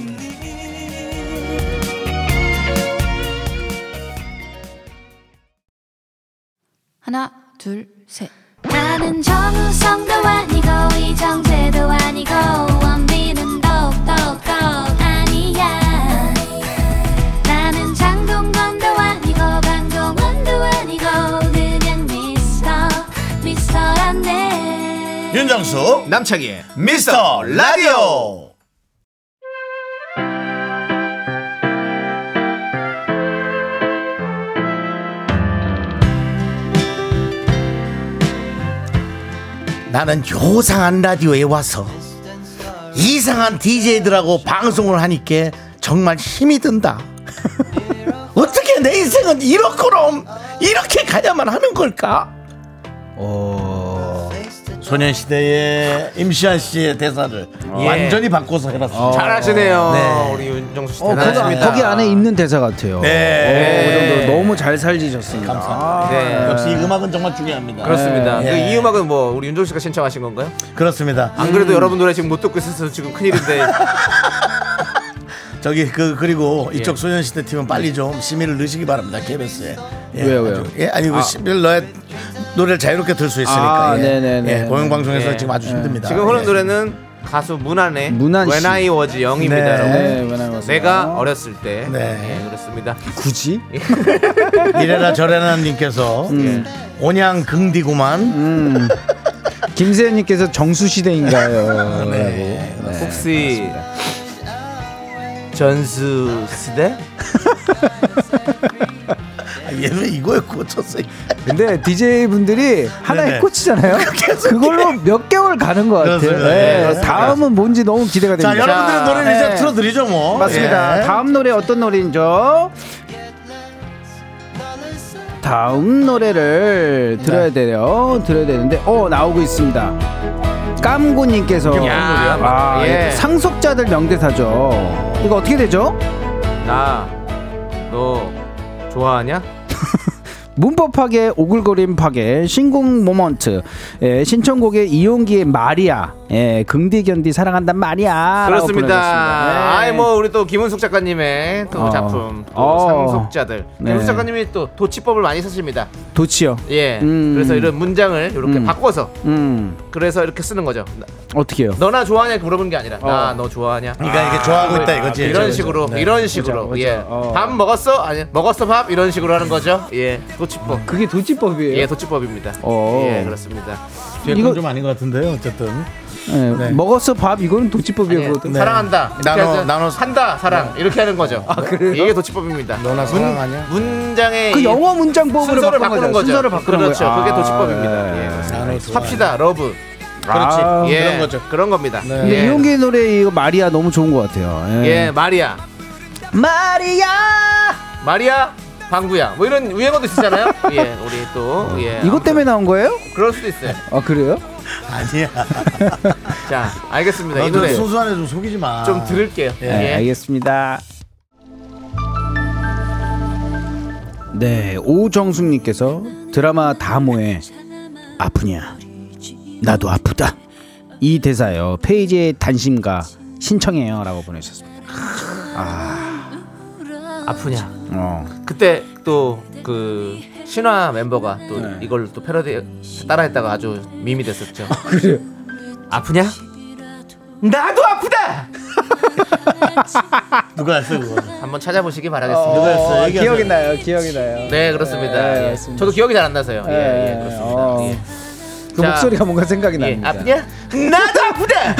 S5: 하나, 둘, 셋.
S6: 나는 정우성도 아니고 이정재도 아니고 원빈은 더욱더 아니야 나는 장동건도 아니고 강동원도 아니고 그냥 미스터 미스터란데
S2: 예. 윤정수
S3: 남창희의
S2: 미스터 라디오. 나는 요상한 라디오에 와서 이상한 DJ들하고 방송을 하니까 정말 힘이 든다. [LAUGHS] 어떻게 내 인생은 이렇게럼 이렇게 가야만 하는 걸까? 소년시대의 임시완 씨의 대사를 완전히 바꿔서 해놨습니다.
S3: 예. 어. 잘하시네요.
S2: 네.
S3: 우리 윤정수 씨.
S7: 어, 거기,
S3: 대단하십니다.
S7: 거기 안에 있는 대사 같아요.
S2: 네.
S7: 그 정도로 너무 잘 살리셨습니다.
S2: 감사합니다.
S3: 네.
S2: 역시 이 음악은 정말 중요합니다.
S3: 그렇습니다.
S2: 예.
S3: 그 이 음악은 뭐 우리 윤정수 씨가 신청하신 건가요?
S2: 그렇습니다.
S3: 안 그래도 여러분 노래 지금 못 듣고 있어서 지금 큰일인데
S2: 저기 그 그리고 이쪽 소년시대 팀은 빨리 좀 심의를 넣으시기 바랍니다. KBS에. 예,
S7: 왜요, 왜요?
S2: 아주- 예, 아니 그 심의를 넣어야 노래를 자유롭게 들 수 있으니까.
S7: 아,
S2: 예.
S7: 네네네.
S2: 예, 공영방송에서
S3: 네.
S2: 지금 아주 힘듭니다.
S3: 지금 흐르는
S2: 예. [LAUGHS]
S3: 노래는 가수 문안의
S7: 문안 씨.
S3: When I Was Young입니다.
S2: 네.
S3: 여러분.
S7: 네, 왜 나왔어요?
S3: 내가 어렸을 때
S2: 네.
S3: 예, 그렇습니다.
S7: 굳이
S2: 이래라 저래라 님께서
S7: 음.
S2: 온양 긍디구만.
S7: 김세현님께서 정수 시대인가요?
S2: 네.
S7: 라고. [LAUGHS] 네.
S3: 혹시 전수 시대?
S2: 아, 얘는 이거에 꽂혔어요.
S7: 근데 DJ 분들이
S2: 네네.
S7: 하나에 꽂히잖아요.
S2: 계속
S7: 그걸로 몇 개월 가는 것 같아요.
S2: 그렇습니다.
S7: 네,
S2: 네, 그렇습니다.
S7: 다음은 뭔지 너무 기대가
S2: 자,
S7: 됩니다.
S2: 여러분들의 노래를 이제
S7: 네.
S2: 틀어드리죠, 뭐.
S7: 맞습니다.
S2: 예.
S7: 다음 노래 어떤 노래인죠? 다음 노래를 들어야
S3: 네.
S7: 돼요. 들어야 되는데, 어 나오고 있습니다. 깜구님께서
S3: 야,
S7: 아,
S3: 예.
S7: 상속자들 명대사죠. 이거 어떻게 되죠?
S3: 나 너 좋아하냐?
S7: 문법학의 오글거림 파괴 신공 모먼트 예, 신청곡의 이용기의 마리아 예, 긍디견디 사랑한단 마리아 예.
S3: 그렇습니다. 아이 뭐 우리 또 김은숙 작가님의 또
S7: 어.
S3: 작품 또
S7: 어.
S3: 상속자들.
S7: 네.
S3: 김은숙 작가님이 또 도치법을 많이 쓰십니다.
S7: 도치요
S3: 예.
S7: 음.
S3: 그래서 이런 문장을 이렇게
S7: 음.
S3: 바꿔서
S7: 음
S3: 그래서 이렇게 쓰는 거죠. 나-
S7: 어떻게요
S3: 너나 좋아하냐 이렇게 물어보는 게 아니라 나 너 좋아하냐.
S2: 그러니까 이게 좋아하고 있다
S7: 예,
S2: 이거지. 네.
S3: 이런 식으로 이런 식으로
S7: 네. 그죠,
S3: 예.
S7: 어.
S3: 밥 먹었어? 아니 먹었어 밥 이런 식으로 하는 거죠. 예. 도치법.
S7: 그게 도치법이에요
S3: 예, 도치법입니다.
S7: 음. 어.
S3: 예, 그렇습니다.
S7: 이거-
S2: 이거 좀 아닌 것 같은데요. 어쨌든
S7: 예,
S2: 네.
S7: 먹었어 밥 이거는 도치법이에요
S3: 예,
S7: 그것도
S2: 네.
S3: 사랑한다. 이렇게
S2: 나눠-
S3: 해서
S2: 나눠-
S3: 한다 사랑
S7: 네.
S3: 이렇게 하는 거죠.
S7: 아,
S3: 이게 도치법입니다.
S2: 너나 사랑하냐?
S3: 문, 문장의
S7: 그
S3: 이-
S7: 영어 문장법으로
S3: 순서를 바꾸는 거죠.
S7: 순서를 바꾸는
S3: 그렇죠.
S7: 거예요.
S3: 그게
S7: 아,
S3: 도치법입니다. 예.
S7: 예.
S2: 나는
S3: 그렇습니다. 삽시다 러브.
S2: 그렇지.
S7: 아,
S3: 예.
S2: 그런 거죠.
S3: 그런 겁니다.
S2: 네.
S7: 근데
S3: 예.
S7: 이용기 노래 이거 마리아 너무 좋은 것 같아요
S3: 예, 마리아.
S7: 마리아
S3: 마리아 방구야. 뭐 이런 유행어도
S7: [LAUGHS]
S3: 있잖아요. 예, 우리 또 예.
S7: 이것 때문에 나온 거예요?
S3: 그럴 수도 있어요.
S7: 아 그래요?
S2: 아니야.
S3: 자, 알겠습니다. 이
S2: 너도
S3: 노래
S2: 소수한에 좀 속이지 마.
S3: 좀 들을게요. 예.
S7: 네, 알겠습니다. 네, 오정숙님께서 드라마 다모에 아프냐? 나도 아프다. 이 대사요. 페이지의 단심가 신청해요라고 보내셨습니다.
S3: 아프냐.
S7: 어,
S3: 그때 또 그 신화 멤버가 또 이걸 또 패러디 따라했다가 네. 아주 밈이 됐었죠. 그래요? 아프냐? 나도 아프다.
S2: 누가 했어 그거?
S3: 한번 찾아보시기 바라겠습니다.
S2: 했어? 얘기하세요.
S7: 기억이 나요. 기억이 나요.
S3: 네 그렇습니다.
S7: 예,
S3: 예.
S7: 알겠습니다.
S3: 저도 기억이 잘 안 나서요. 예, 예,
S7: 예,
S3: 그렇습니다.
S7: 어.
S3: 예.
S7: 그
S3: 자,
S7: 목소리가 뭔가 생각이
S3: 예,
S7: 납니다.
S3: 아프냐? 나도
S7: [LAUGHS]
S3: 아프다.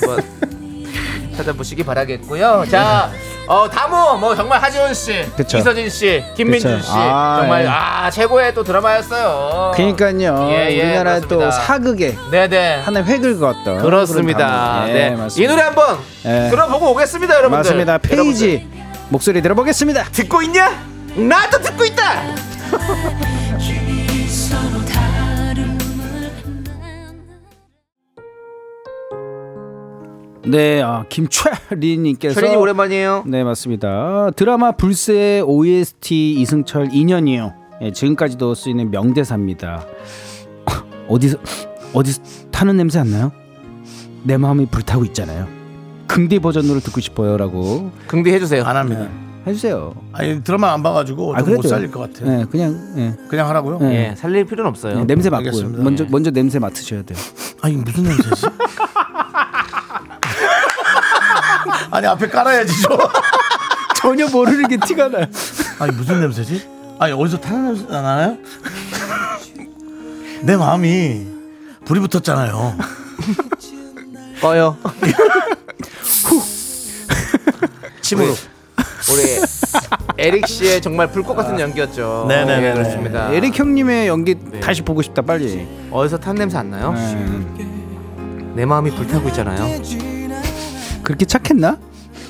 S3: 한번 찾아보시기 바라겠고요. 자 어, 다모, 뭐, 정말 하지원 씨,
S7: 그쵸.
S3: 이서진 씨, 김민준
S7: 그쵸.
S3: 씨.
S7: 아,
S3: 정말,
S7: 예.
S3: 아, 최고의 또 드라마였어요.
S7: 그러니까요.
S3: 예, 예,
S7: 우리나라
S3: 그렇습니다.
S7: 또 사극에
S3: 네네.
S7: 하나 획을 그었던
S3: 그렇습니다.
S7: 그런 단어. 예,
S3: 네.
S7: 맞습니다.
S3: 이 노래 한번
S7: 예.
S3: 들어보고 오겠습니다, 여러분들.
S7: 맞습니다. 페이지
S3: 여러분들,
S7: 목소리 들어보겠습니다.
S3: 듣고 있냐? 나도 듣고 있다.
S7: 네, 아, 김철린님께서
S3: 철인이 오랜만이에요.
S7: 네 맞습니다. 드라마 불새 OST 이승철 2년이요. 예, 지금까지도 쓰이는 명대사입니다. [LAUGHS] 어디서 어디서 타는 냄새 안 나요? 내 마음이 불타고 있잖아요. 긍디 버전으로 듣고 싶어요라고
S3: 긍디 해주세요.
S2: 안 합니다.
S7: 해주세요.
S2: 아니 드라마 안 봐가지고 좀 못
S7: 네. 그래도요.
S2: 살릴 것 같아요.
S7: 네, 그냥 예,
S2: 그냥 하라고요?
S7: 네.
S3: 예, 살릴 필요는 없어요.
S7: 예, 냄새 맡고
S2: 알겠습니다.
S7: 먼저 먼저 냄새 맡으셔야 돼요.
S2: 아니 무슨 냄새지? 아니 앞에 깔아야지 좀.
S7: [LAUGHS] [LAUGHS] 전혀 모르는 게 티가 나요.
S2: 아니 무슨 냄새지? 아니 어디서 타는 냄새 나나요? [LAUGHS] 내 마음이 불이 붙었잖아요.
S3: 꺼요.
S2: 침으로.
S3: 우리 에릭 씨의 정말 불꽃 같은 연기였죠.
S2: 네네네.
S3: 예, 그렇습니다.
S7: [LAUGHS] 에릭 형님의 연기 다시 보고 싶다 빨리.
S3: 어디서 탄 냄새 안 나요?
S7: 예.
S3: 내 마음이 불타고 있잖아요.
S7: 그렇게 착했나?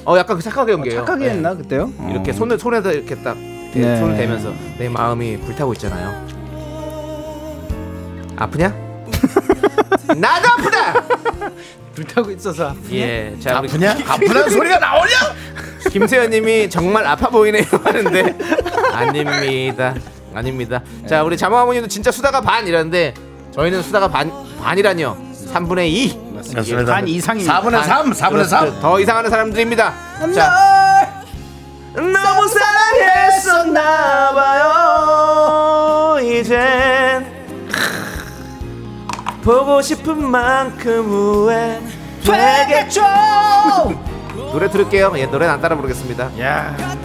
S3: 어, 약간 그 착하게 연기예요.
S7: 착하게 했나 그때요?
S3: 예. 이렇게 손을 손에다 이렇게 딱 대-
S7: 음. 네.
S3: 손을 대면서 내 마음이 불타고 있잖아요. 아프냐?
S7: [LAUGHS]
S3: 나도 아프다.
S7: 불타고 있어서
S3: 예, 자 우리
S2: 아프냐?
S7: [LAUGHS]
S2: 아프란 소리가 나오냐?
S3: 김세현님이 정말 아파 보이네요
S7: [LAUGHS]
S3: 하는데 아닙니다, 아닙니다.
S7: 네.
S3: 자 우리 자모아모님도 진짜 수다가 반 이라는데 저희는 수다가 반 반이라뇨. 3분의 2.
S2: 맞습니다.
S7: 반 이상입니다.
S2: 4분의 3, 4분의 3.
S3: 더 이상하는 사람들입니다. 자. 너무 사랑했었나 봐요. 이젠 보고 싶은 만큼 후회 되겠죠. [LAUGHS] 노래 들을게요. 예, 노래는 안 따라 부르겠습니다.
S2: 예.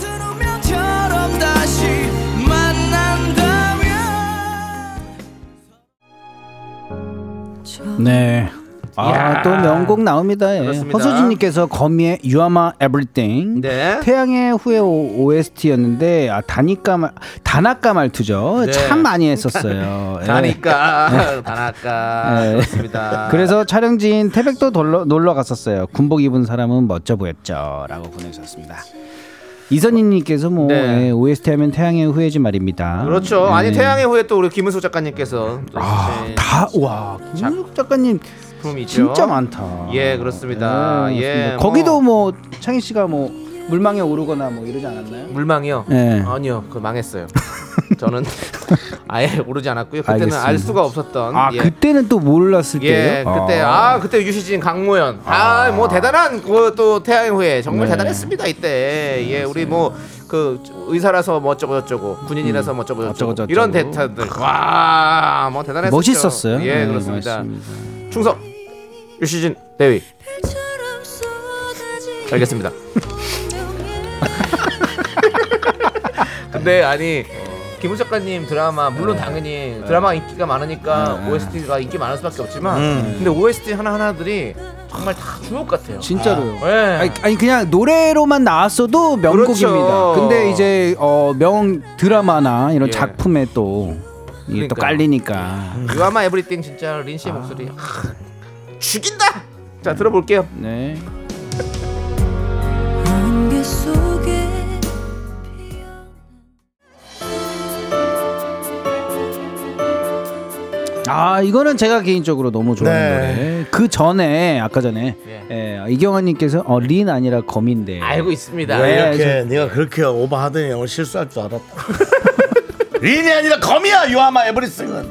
S7: 네. 아, 또 명곡 나옵니다. 예.
S3: 그렇습니다.
S7: 허수진님께서 거미의 You Are My Everything.
S3: 네.
S7: 태양의 후예 OST였는데 아, 다니까 말, 다나까 말투죠.
S3: 네.
S7: 참 많이 [LAUGHS]
S2: 네.
S7: 했었어요. 예.
S3: 다니까 다나까
S7: 예.
S3: 그렇습니다.
S7: 그래서 촬영지인 태백도 놀러, 놀러 갔었어요. 군복 입은 사람은 멋져 보였죠라고 보내주셨습니다. 이선희님께서 뭐
S3: 네.
S7: 예, OST 하면 태양의 후예지 말입니다.
S3: 그렇죠. 아니
S2: 음.
S7: 예.
S3: 태양의 후예 또 우리 김은숙 작가님께서 또
S2: 아,
S3: 이제
S7: 아, 다와 김숙 작가님
S3: 작품이 있죠.
S7: 진짜 많다.
S3: 예, 그렇습니다.
S7: 네,
S3: 예,
S7: 맞습니다.
S3: 뭐-
S7: 거기도 뭐 창희 씨가 뭐 물망에 오르거나 뭐 이러지 않았나요?
S3: 물망이요.
S7: 예.
S3: 아니요, 그 망했어요. [LAUGHS]
S7: [LAUGHS]
S3: 저는 아예 오르지 않았고요. 그때는 알
S7: 알겠습니다.
S3: 수가 없었던.
S7: 아
S3: 예.
S7: 그때는 또 몰랐을
S3: 예,
S7: 때예요.
S3: 그때 아, 그때 유시진, 강모현, 아, 뭐 대단한 그또 태양의 후예 정말
S7: 네.
S3: 대단했습니다 이때. 예, 우리 뭐 그 의사라서 뭐 어쩌고 저쩌고 군인이라서 뭐 어쩌고 저쩌고
S7: 어쩌고저쩌고.
S3: 이런 대타들 와, 뭐 대단했었죠.
S7: 멋있었어요.
S3: 예,
S7: 네,
S3: 그렇습니다.
S7: 멋있습니다.
S3: 충성, 유시진, 대위. 알겠습니다. [LAUGHS] 근데 아니 김우 작가님 드라마 물론 당연히 드라마 인기가 많으니까 OST가 인기 많을 수밖에 없지만 근데 OST 하나 하나들이 정말 다 주옥 같아요.
S7: 진짜로요.
S3: 예.
S7: 아니, 아니, 그냥 노래로만 나왔어도 명곡입니다.
S3: 그렇죠.
S7: 근데 이제 어, 명 드라마나 이런
S3: 예.
S7: 작품에 또 이게 또
S3: 그러니까요.
S7: 깔리니까.
S3: 유아마 에브리띵 진짜 린 씨의 목소리 아, 죽인다. 자 들어볼게요.
S7: 네. 아 이거는 제가 개인적으로 너무 좋아하는
S2: 네.
S7: 노래. 그 전에 아까 전에 예, 이경환님께서 어, 린 아니라 검인데.
S3: 알고 있습니다.
S2: 왜
S7: 네,
S2: 이렇게 네가 그렇게 오버하더니 오늘 실수할 줄 알았다. [LAUGHS] 린이 아니라 검이야 유아마 에브리싱은.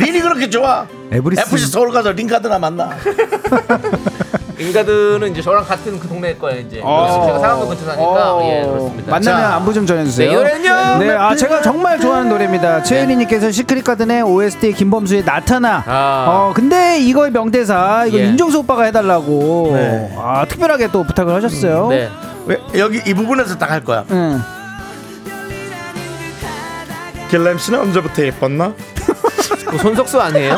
S2: 린이 그렇게 좋아.
S7: 에브리슨.
S2: FC 서울 가서 링카드나 만나.
S3: 예. 인가드는 이제 저랑 같은 그 동네일 거예요 이제.
S7: 어.
S3: 제가 상암동 근처 사니까
S7: 어.
S3: 예 그렇습니다.
S7: 만나면
S2: 자.
S7: 안부 좀 전해주세요.
S3: 네, 이 노래는요. 네.
S7: 네, 아 제가 정말 좋아하는 노래입니다. 최윤희님께서 시크릿 가든의 OST 김범수의 나타나.
S3: 아.
S7: 어 근데 이거의 명대사 이거
S3: 예.
S7: 윤정수 오빠가 해달라고.
S2: 네.
S7: 아 특별하게 또 부탁을 하셨어요.
S3: 네.
S2: 왜 여기 이 부분에서 딱 할 거야.
S7: 응.
S2: 길람 씨는 언제부터 예뻤나?
S3: 그 손석수 아니에요?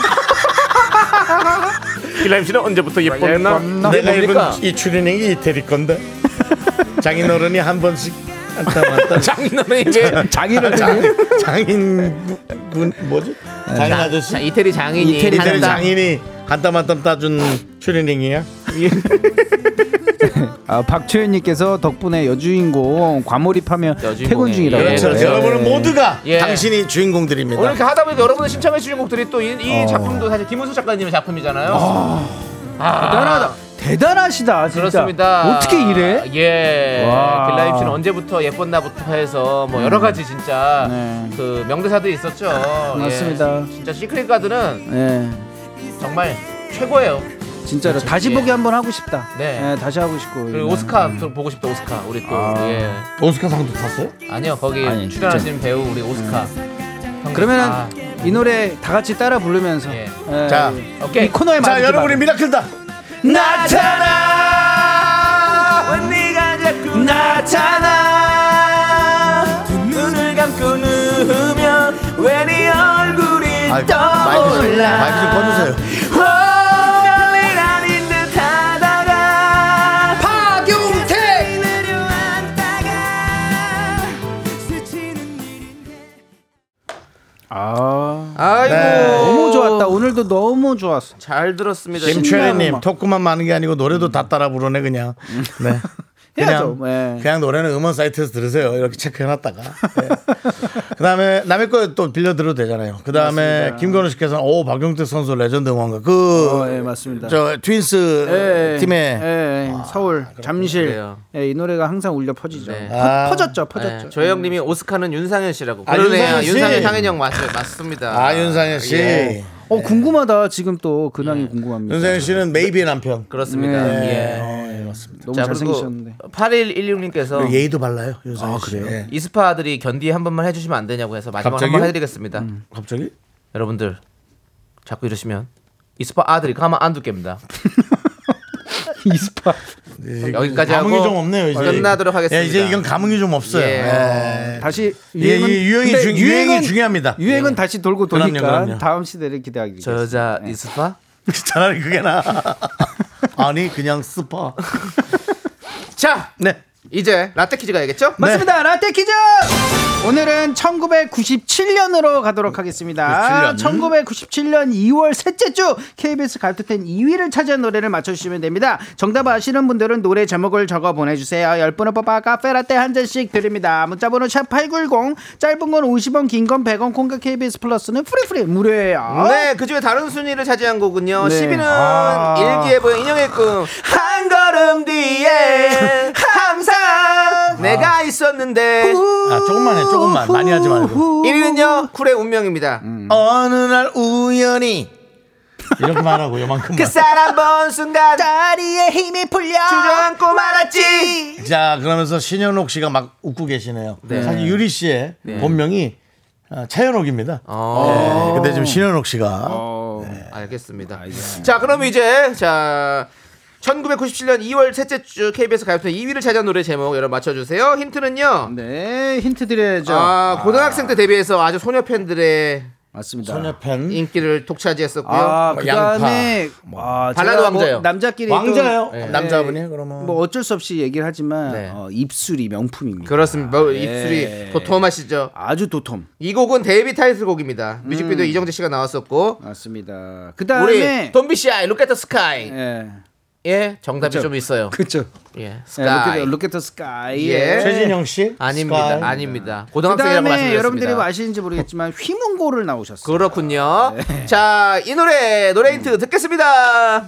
S1: 길라임 씨는 언제부터 예뻤나?
S2: 내가 음,
S3: 뭡니까?
S2: [LAUGHS] 입은 이 추리닝이 이태리 건데. 장인어른이 한 번씩 한땀 한땀
S3: 장인어른 이제
S2: 장인어른 장인 장인 분 뭐지? 장인
S3: 자,
S2: 아저씨
S3: 이태리 [LAUGHS] 장인이
S2: 이태리
S3: 한다.
S2: 장인이 한땀 한땀 따준 추리닝이야.
S7: 아, 박초연님께서 덕분에 여주인공 과몰입하며
S3: 여주인공이에요.
S7: 퇴근 중이라고.
S3: 예,
S2: 그렇죠.
S3: 그렇죠.
S2: 여러분은 모두가
S3: 예.
S2: 당신이 주인공들입니다.
S3: 네. 오늘 이렇게 하다 보니까 여러분들 신청해 주신 곡들이 또 이
S7: 어.
S3: 작품도 사실 김은수 작가님의 작품이잖아요. 아,
S7: 대단하다. 대단하시다. 진짜.
S3: 그렇습니다.
S7: 어떻게 이래?
S3: 예.
S7: 와.
S3: 길라임 씨는 언제부터 예뻤나부터 해서 뭐 여러 가지 진짜
S7: 네.
S3: 그 명대사들이 있었죠. 예.
S7: 맞습니다.
S3: 진짜 시크릿 가든은
S7: 예.
S3: 정말 최고예요.
S7: 진짜로
S3: 그렇죠.
S7: 다시
S3: 예.
S7: 보기 한번 하고 싶다.
S3: 네.
S7: 예, 다시 하고 싶고.
S3: 그리고
S7: 예.
S3: 오스카 또 보고 싶다 오스카 우리 또 예.
S2: 오스카상도 탔어요?
S3: 아니요 거기
S7: 아니,
S3: 출연하신 배우 우리 오스카 형님.
S7: 그러면은
S3: 아,
S7: 이 노래 다 같이 따라 부르면서
S3: 예.
S7: 예,
S2: 자,
S3: 오케이.
S7: 이 코너에
S2: 자, 여러분이 미라클다.
S7: 나타나 언니가 자꾸 나타나 눈을 감고 누우면 왜네 얼굴이
S2: 아이, 마이크 좀, 마이크 좀 꺼주세요.
S7: 별일 아닌 듯 하다가 박용택 아
S3: 아이고
S2: 네.
S7: 너무 좋았다 오늘도 너무 좋았어
S3: 잘 들었습니다.
S2: 김철희님 토크만 많은 게 아니고 노래도 다 따라 부르네 그냥. 네.
S7: 해야죠,
S2: 그냥
S7: 예.
S2: 그냥 노래는 음원 사이트에서 들으세요. 이렇게 체크해놨다가. 네. 그다음에 남의 거 또 빌려 들어도 되잖아요. 그다음에 김건우 씨께서 오 박용택 선수 레전드 응원가
S7: 어, 예,
S2: 그.
S7: 맞습니다.
S2: 저 아, 트윈스
S7: 예,
S2: 팀의
S7: 예, 예. 서울 잠실
S3: 그래요.
S7: 예, 이 노래가 항상 울려 퍼지죠.
S3: 네.
S7: 퍼,
S2: 아.
S7: 퍼졌죠, 퍼졌죠.
S3: 네, 저희 형님이 오스카는 윤상현 씨라고.
S2: 음. 아,
S3: 그러네요.
S2: 윤상현 씨.
S3: 윤상현 상현 형 맞아요. 맞습니다.
S2: 아 윤상현 씨.
S3: 예.
S7: 어
S2: 네.
S7: 궁금하다. 지금 또 근황이 궁금합니다.
S2: 윤상현 씨는 메이비의 남편.
S3: 그렇습니다.
S7: 네.
S3: 예.
S2: 어, 예, 맞습니다.
S7: 너무
S3: 자,
S7: 잘생기셨는데. [LAUGHS]
S3: 8116님께서
S2: 예의도 발라요 윤상현
S7: 아,
S2: 씨.
S7: 그래요?
S2: 예.
S3: 이스파 아들이 견디 한 번만 해주시면 안 되냐고 해서 마지막 으로
S2: 갑자기요? 음.
S3: 한 번 해드리겠습니다.
S2: 갑자기?
S3: 여러분들 자꾸 이러시면 이스파 아들이 가만 안 둘게입니다.
S7: 이스파.
S3: 여기까지 하고
S2: 감흥이 예. 좀 없네요 이제.
S3: 끝나도록 하겠습니다.
S2: 예, 이제 이건 감흥이 좀 없어요.
S3: 예.
S2: 예.
S7: 다시
S2: 예,
S7: 유행은
S2: 이 유행이
S7: 근데
S2: 중- 유행이 중요합니다. 예.
S7: 유행은 다시 돌고
S2: 그럼요,
S7: 도니까
S2: 그럼요.
S7: 다음 시대를 기대하기.
S3: 저 여자
S2: 네.
S3: 이스파
S2: [LAUGHS] 차라리 그게 나. 아니 그냥 스파.
S3: 자
S2: 네.
S3: 이제 라떼 퀴즈 가야겠죠?
S7: 맞습니다. 라떼 퀴즈! 오늘은 1997년으로 가도록 하겠습니다. 1997년 2월 셋째 주 KBS 갈토텐 2위를 차지한 노래를 맞춰주시면 됩니다. 정답 아시는 분들은 노래 제목을 적어 보내주세요. 10분을 뽑아 카페라떼 한 잔씩 드립니다. 문자번호 샵8910 짧은 건 50원 긴 건 100원 콩과 KBS 플러스는 프리프리 무료예요.
S3: 네, 그 중에 다른 순위를 차지한 곡은요.
S7: 네.
S3: 10위는
S7: 아.
S3: 일기예보의 인형의 꿈. 한 걸음 뒤에 항상 내가 있었는데.
S2: 아 조금만 해 조금만 많이 하지 말고.
S3: 1위는요, 쿨의 운명입니다.
S2: 어느 날 우연히 이렇게 말하고 요만큼만.
S3: 그 사람 본 순간 다리에 힘이 풀려 주저앉고 말았지.
S2: 자 그러면서 신현옥 씨가 막 웃고 계시네요. 사실 유리 씨의 본명이 어, 차현옥입니다.
S3: 아.
S2: 예, 근데 지금 신현옥 씨가
S3: 어, 네. 알겠습니다. 자, 그럼 이제 자 1997년 2월 셋째 주 KBS 가요톱 2위를 차지한 노래 제목 여러분 맞춰주세요. 힌트는요.
S7: 네, 힌트 드려야죠.
S3: 음, 아, 고등학생 때 데뷔해서 아주 소녀 팬들의
S7: 맞습니다.
S2: 소녀편
S3: 인기를 독차지했었고요.
S7: 음? 아,
S2: 뭐
S7: 그
S2: 양파.
S7: 다음에
S3: 뭐.
S7: 아, 뭐
S3: 발라드 왕자예요.
S7: 남자끼리 또-
S2: 왕자요.
S7: 네.
S2: 남자분이 그러면
S7: 뭐 어쩔 수 없이 얘기를 하지만
S3: 네.
S7: 어, 입술이 명품입니다.
S3: 그렇습니다. 뭐
S7: 예.
S3: 입술이 도톰하시죠.
S7: 아주 도톰.
S3: 이 곡은 데뷔 타이틀곡입니다. 뮤직비디오 이정재 씨가 나왔었고
S7: 맞습니다.
S3: 우리
S7: 음. 그다음에
S3: 돈비 씨의 Look at the Sky
S7: 예.
S3: 예 정답이
S7: 그쵸.
S3: 좀 있어요.
S7: 그렇죠.
S3: 예 Sky
S7: 예, 로켓터 스카이.
S3: 예.
S2: 최진영 씨
S3: 아닙니다.
S2: 스카이.
S3: 아닙니다. 고등학생이라고
S7: 그다음에 여러분들이 뭐
S3: 말씀드렸습니다.
S7: 아시는지 모르겠지만 휘문고를 나오셨어요.
S3: 그렇군요.
S7: 네.
S3: 자 이 노래 노래 힌트 듣겠습니다.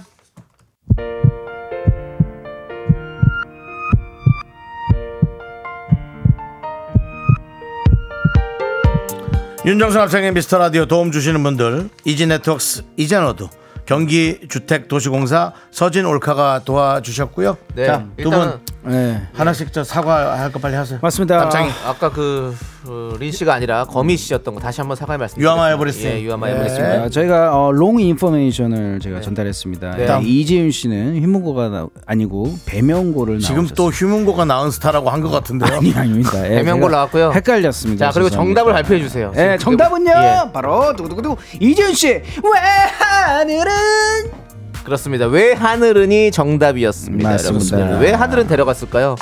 S2: 윤정수 합창의 미스터 라디오 도움 주시는 분들 이지 네트워크스 이젠어두 경기 주택 도시공사 서진 올카가 도와주셨고요.
S3: 네,
S2: 자, 두
S3: 일단은
S2: 분
S7: 예.
S2: 하나씩 저 사과 할 거 빨리 하세요.
S7: 맞습니다.
S2: 답장이.
S3: 아까 그린 씨가 아니라 거미 씨였던 거 다시 한번 사과의 말씀.
S2: 유아마
S3: 드리겠습니다.
S2: 에버리스트.
S3: 예, 유아마
S2: 예.
S3: 에버리스트.
S7: 아, 저희가 어, 롱 인포메이션을
S3: 네.
S7: 제가 전달했습니다.
S2: 다음.
S7: 예, 이재윤 씨는 휘문고가 나- 아니고 배명고를
S2: 지금
S7: 나오셨어요.
S2: 또 휴문고가 나온 스타라고 한 것 같은데요.
S7: 아니 아닙니다. 예,
S3: 대명고
S7: 제가
S3: 나왔고요.
S7: 헷갈렸습니다.
S3: 자 그리고
S7: 죄송합니다.
S3: 정답을 발표해 주세요.
S7: 예,
S3: 지금
S7: 정답은요.
S3: 예.
S7: 바로 두구두구두구 이재윤 씨. 왜 하늘은
S3: 예, 그렇습니다. 왜 하늘은이 정답이었습니다.
S7: 맞습니다.
S3: 여러분들. 왜 하늘은 데려갔을까요?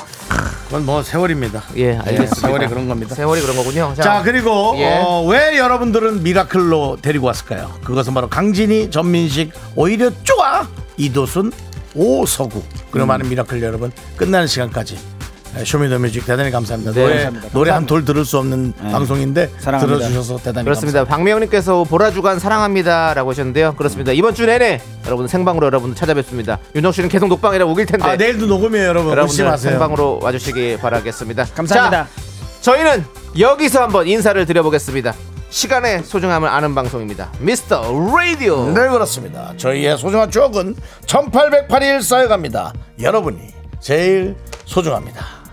S2: 그건 뭐 세월입니다.
S3: 예, 알겠습니다.
S2: 세월이 그런 겁니다.
S3: 세월이 그런 거군요. 자,
S2: 자 그리고
S3: 예.
S2: 어, 왜 여러분들은 미라클로 데리고 왔을까요? 그것은 바로 강진이, 전민식, 오히려 쪼아 이도순, 오서구
S3: 음.
S2: 그리고 많은 미라클 여러분 끝나는 시간까지 에, 쇼미더뮤직 대단히 감사합니다.
S3: 네.
S2: 노래
S3: 감사합니다. 네.
S2: 노래 한 돌 들을 수 없는 방송인데
S7: 사랑합니다.
S2: 들어주셔서 대단히
S3: 그렇습니다. 박명훈님께서 보라 주간 사랑합니다라고 하셨는데요. 그렇습니다. 이번 주 내내 여러분 생방으로 여러분들 찾아뵙습니다. 윤정 씨는 계속 녹방이라 우길 텐데
S2: 감사합니다. 아 내일도 녹음이에요 여러분. 웃지
S3: 네. 여러분들
S2: 마세요.
S3: 생방으로 와주시기 바라겠습니다.
S7: 감사합니다.
S3: 자, 저희는 여기서 한번 인사를 드려보겠습니다. 시간의 소중함을 아는 방송입니다. 미스터 라디오.
S2: 네 그렇습니다. 저희의 소중한 추억은 1808일 쌓여갑니다. 여러분이 제일 소중합니다.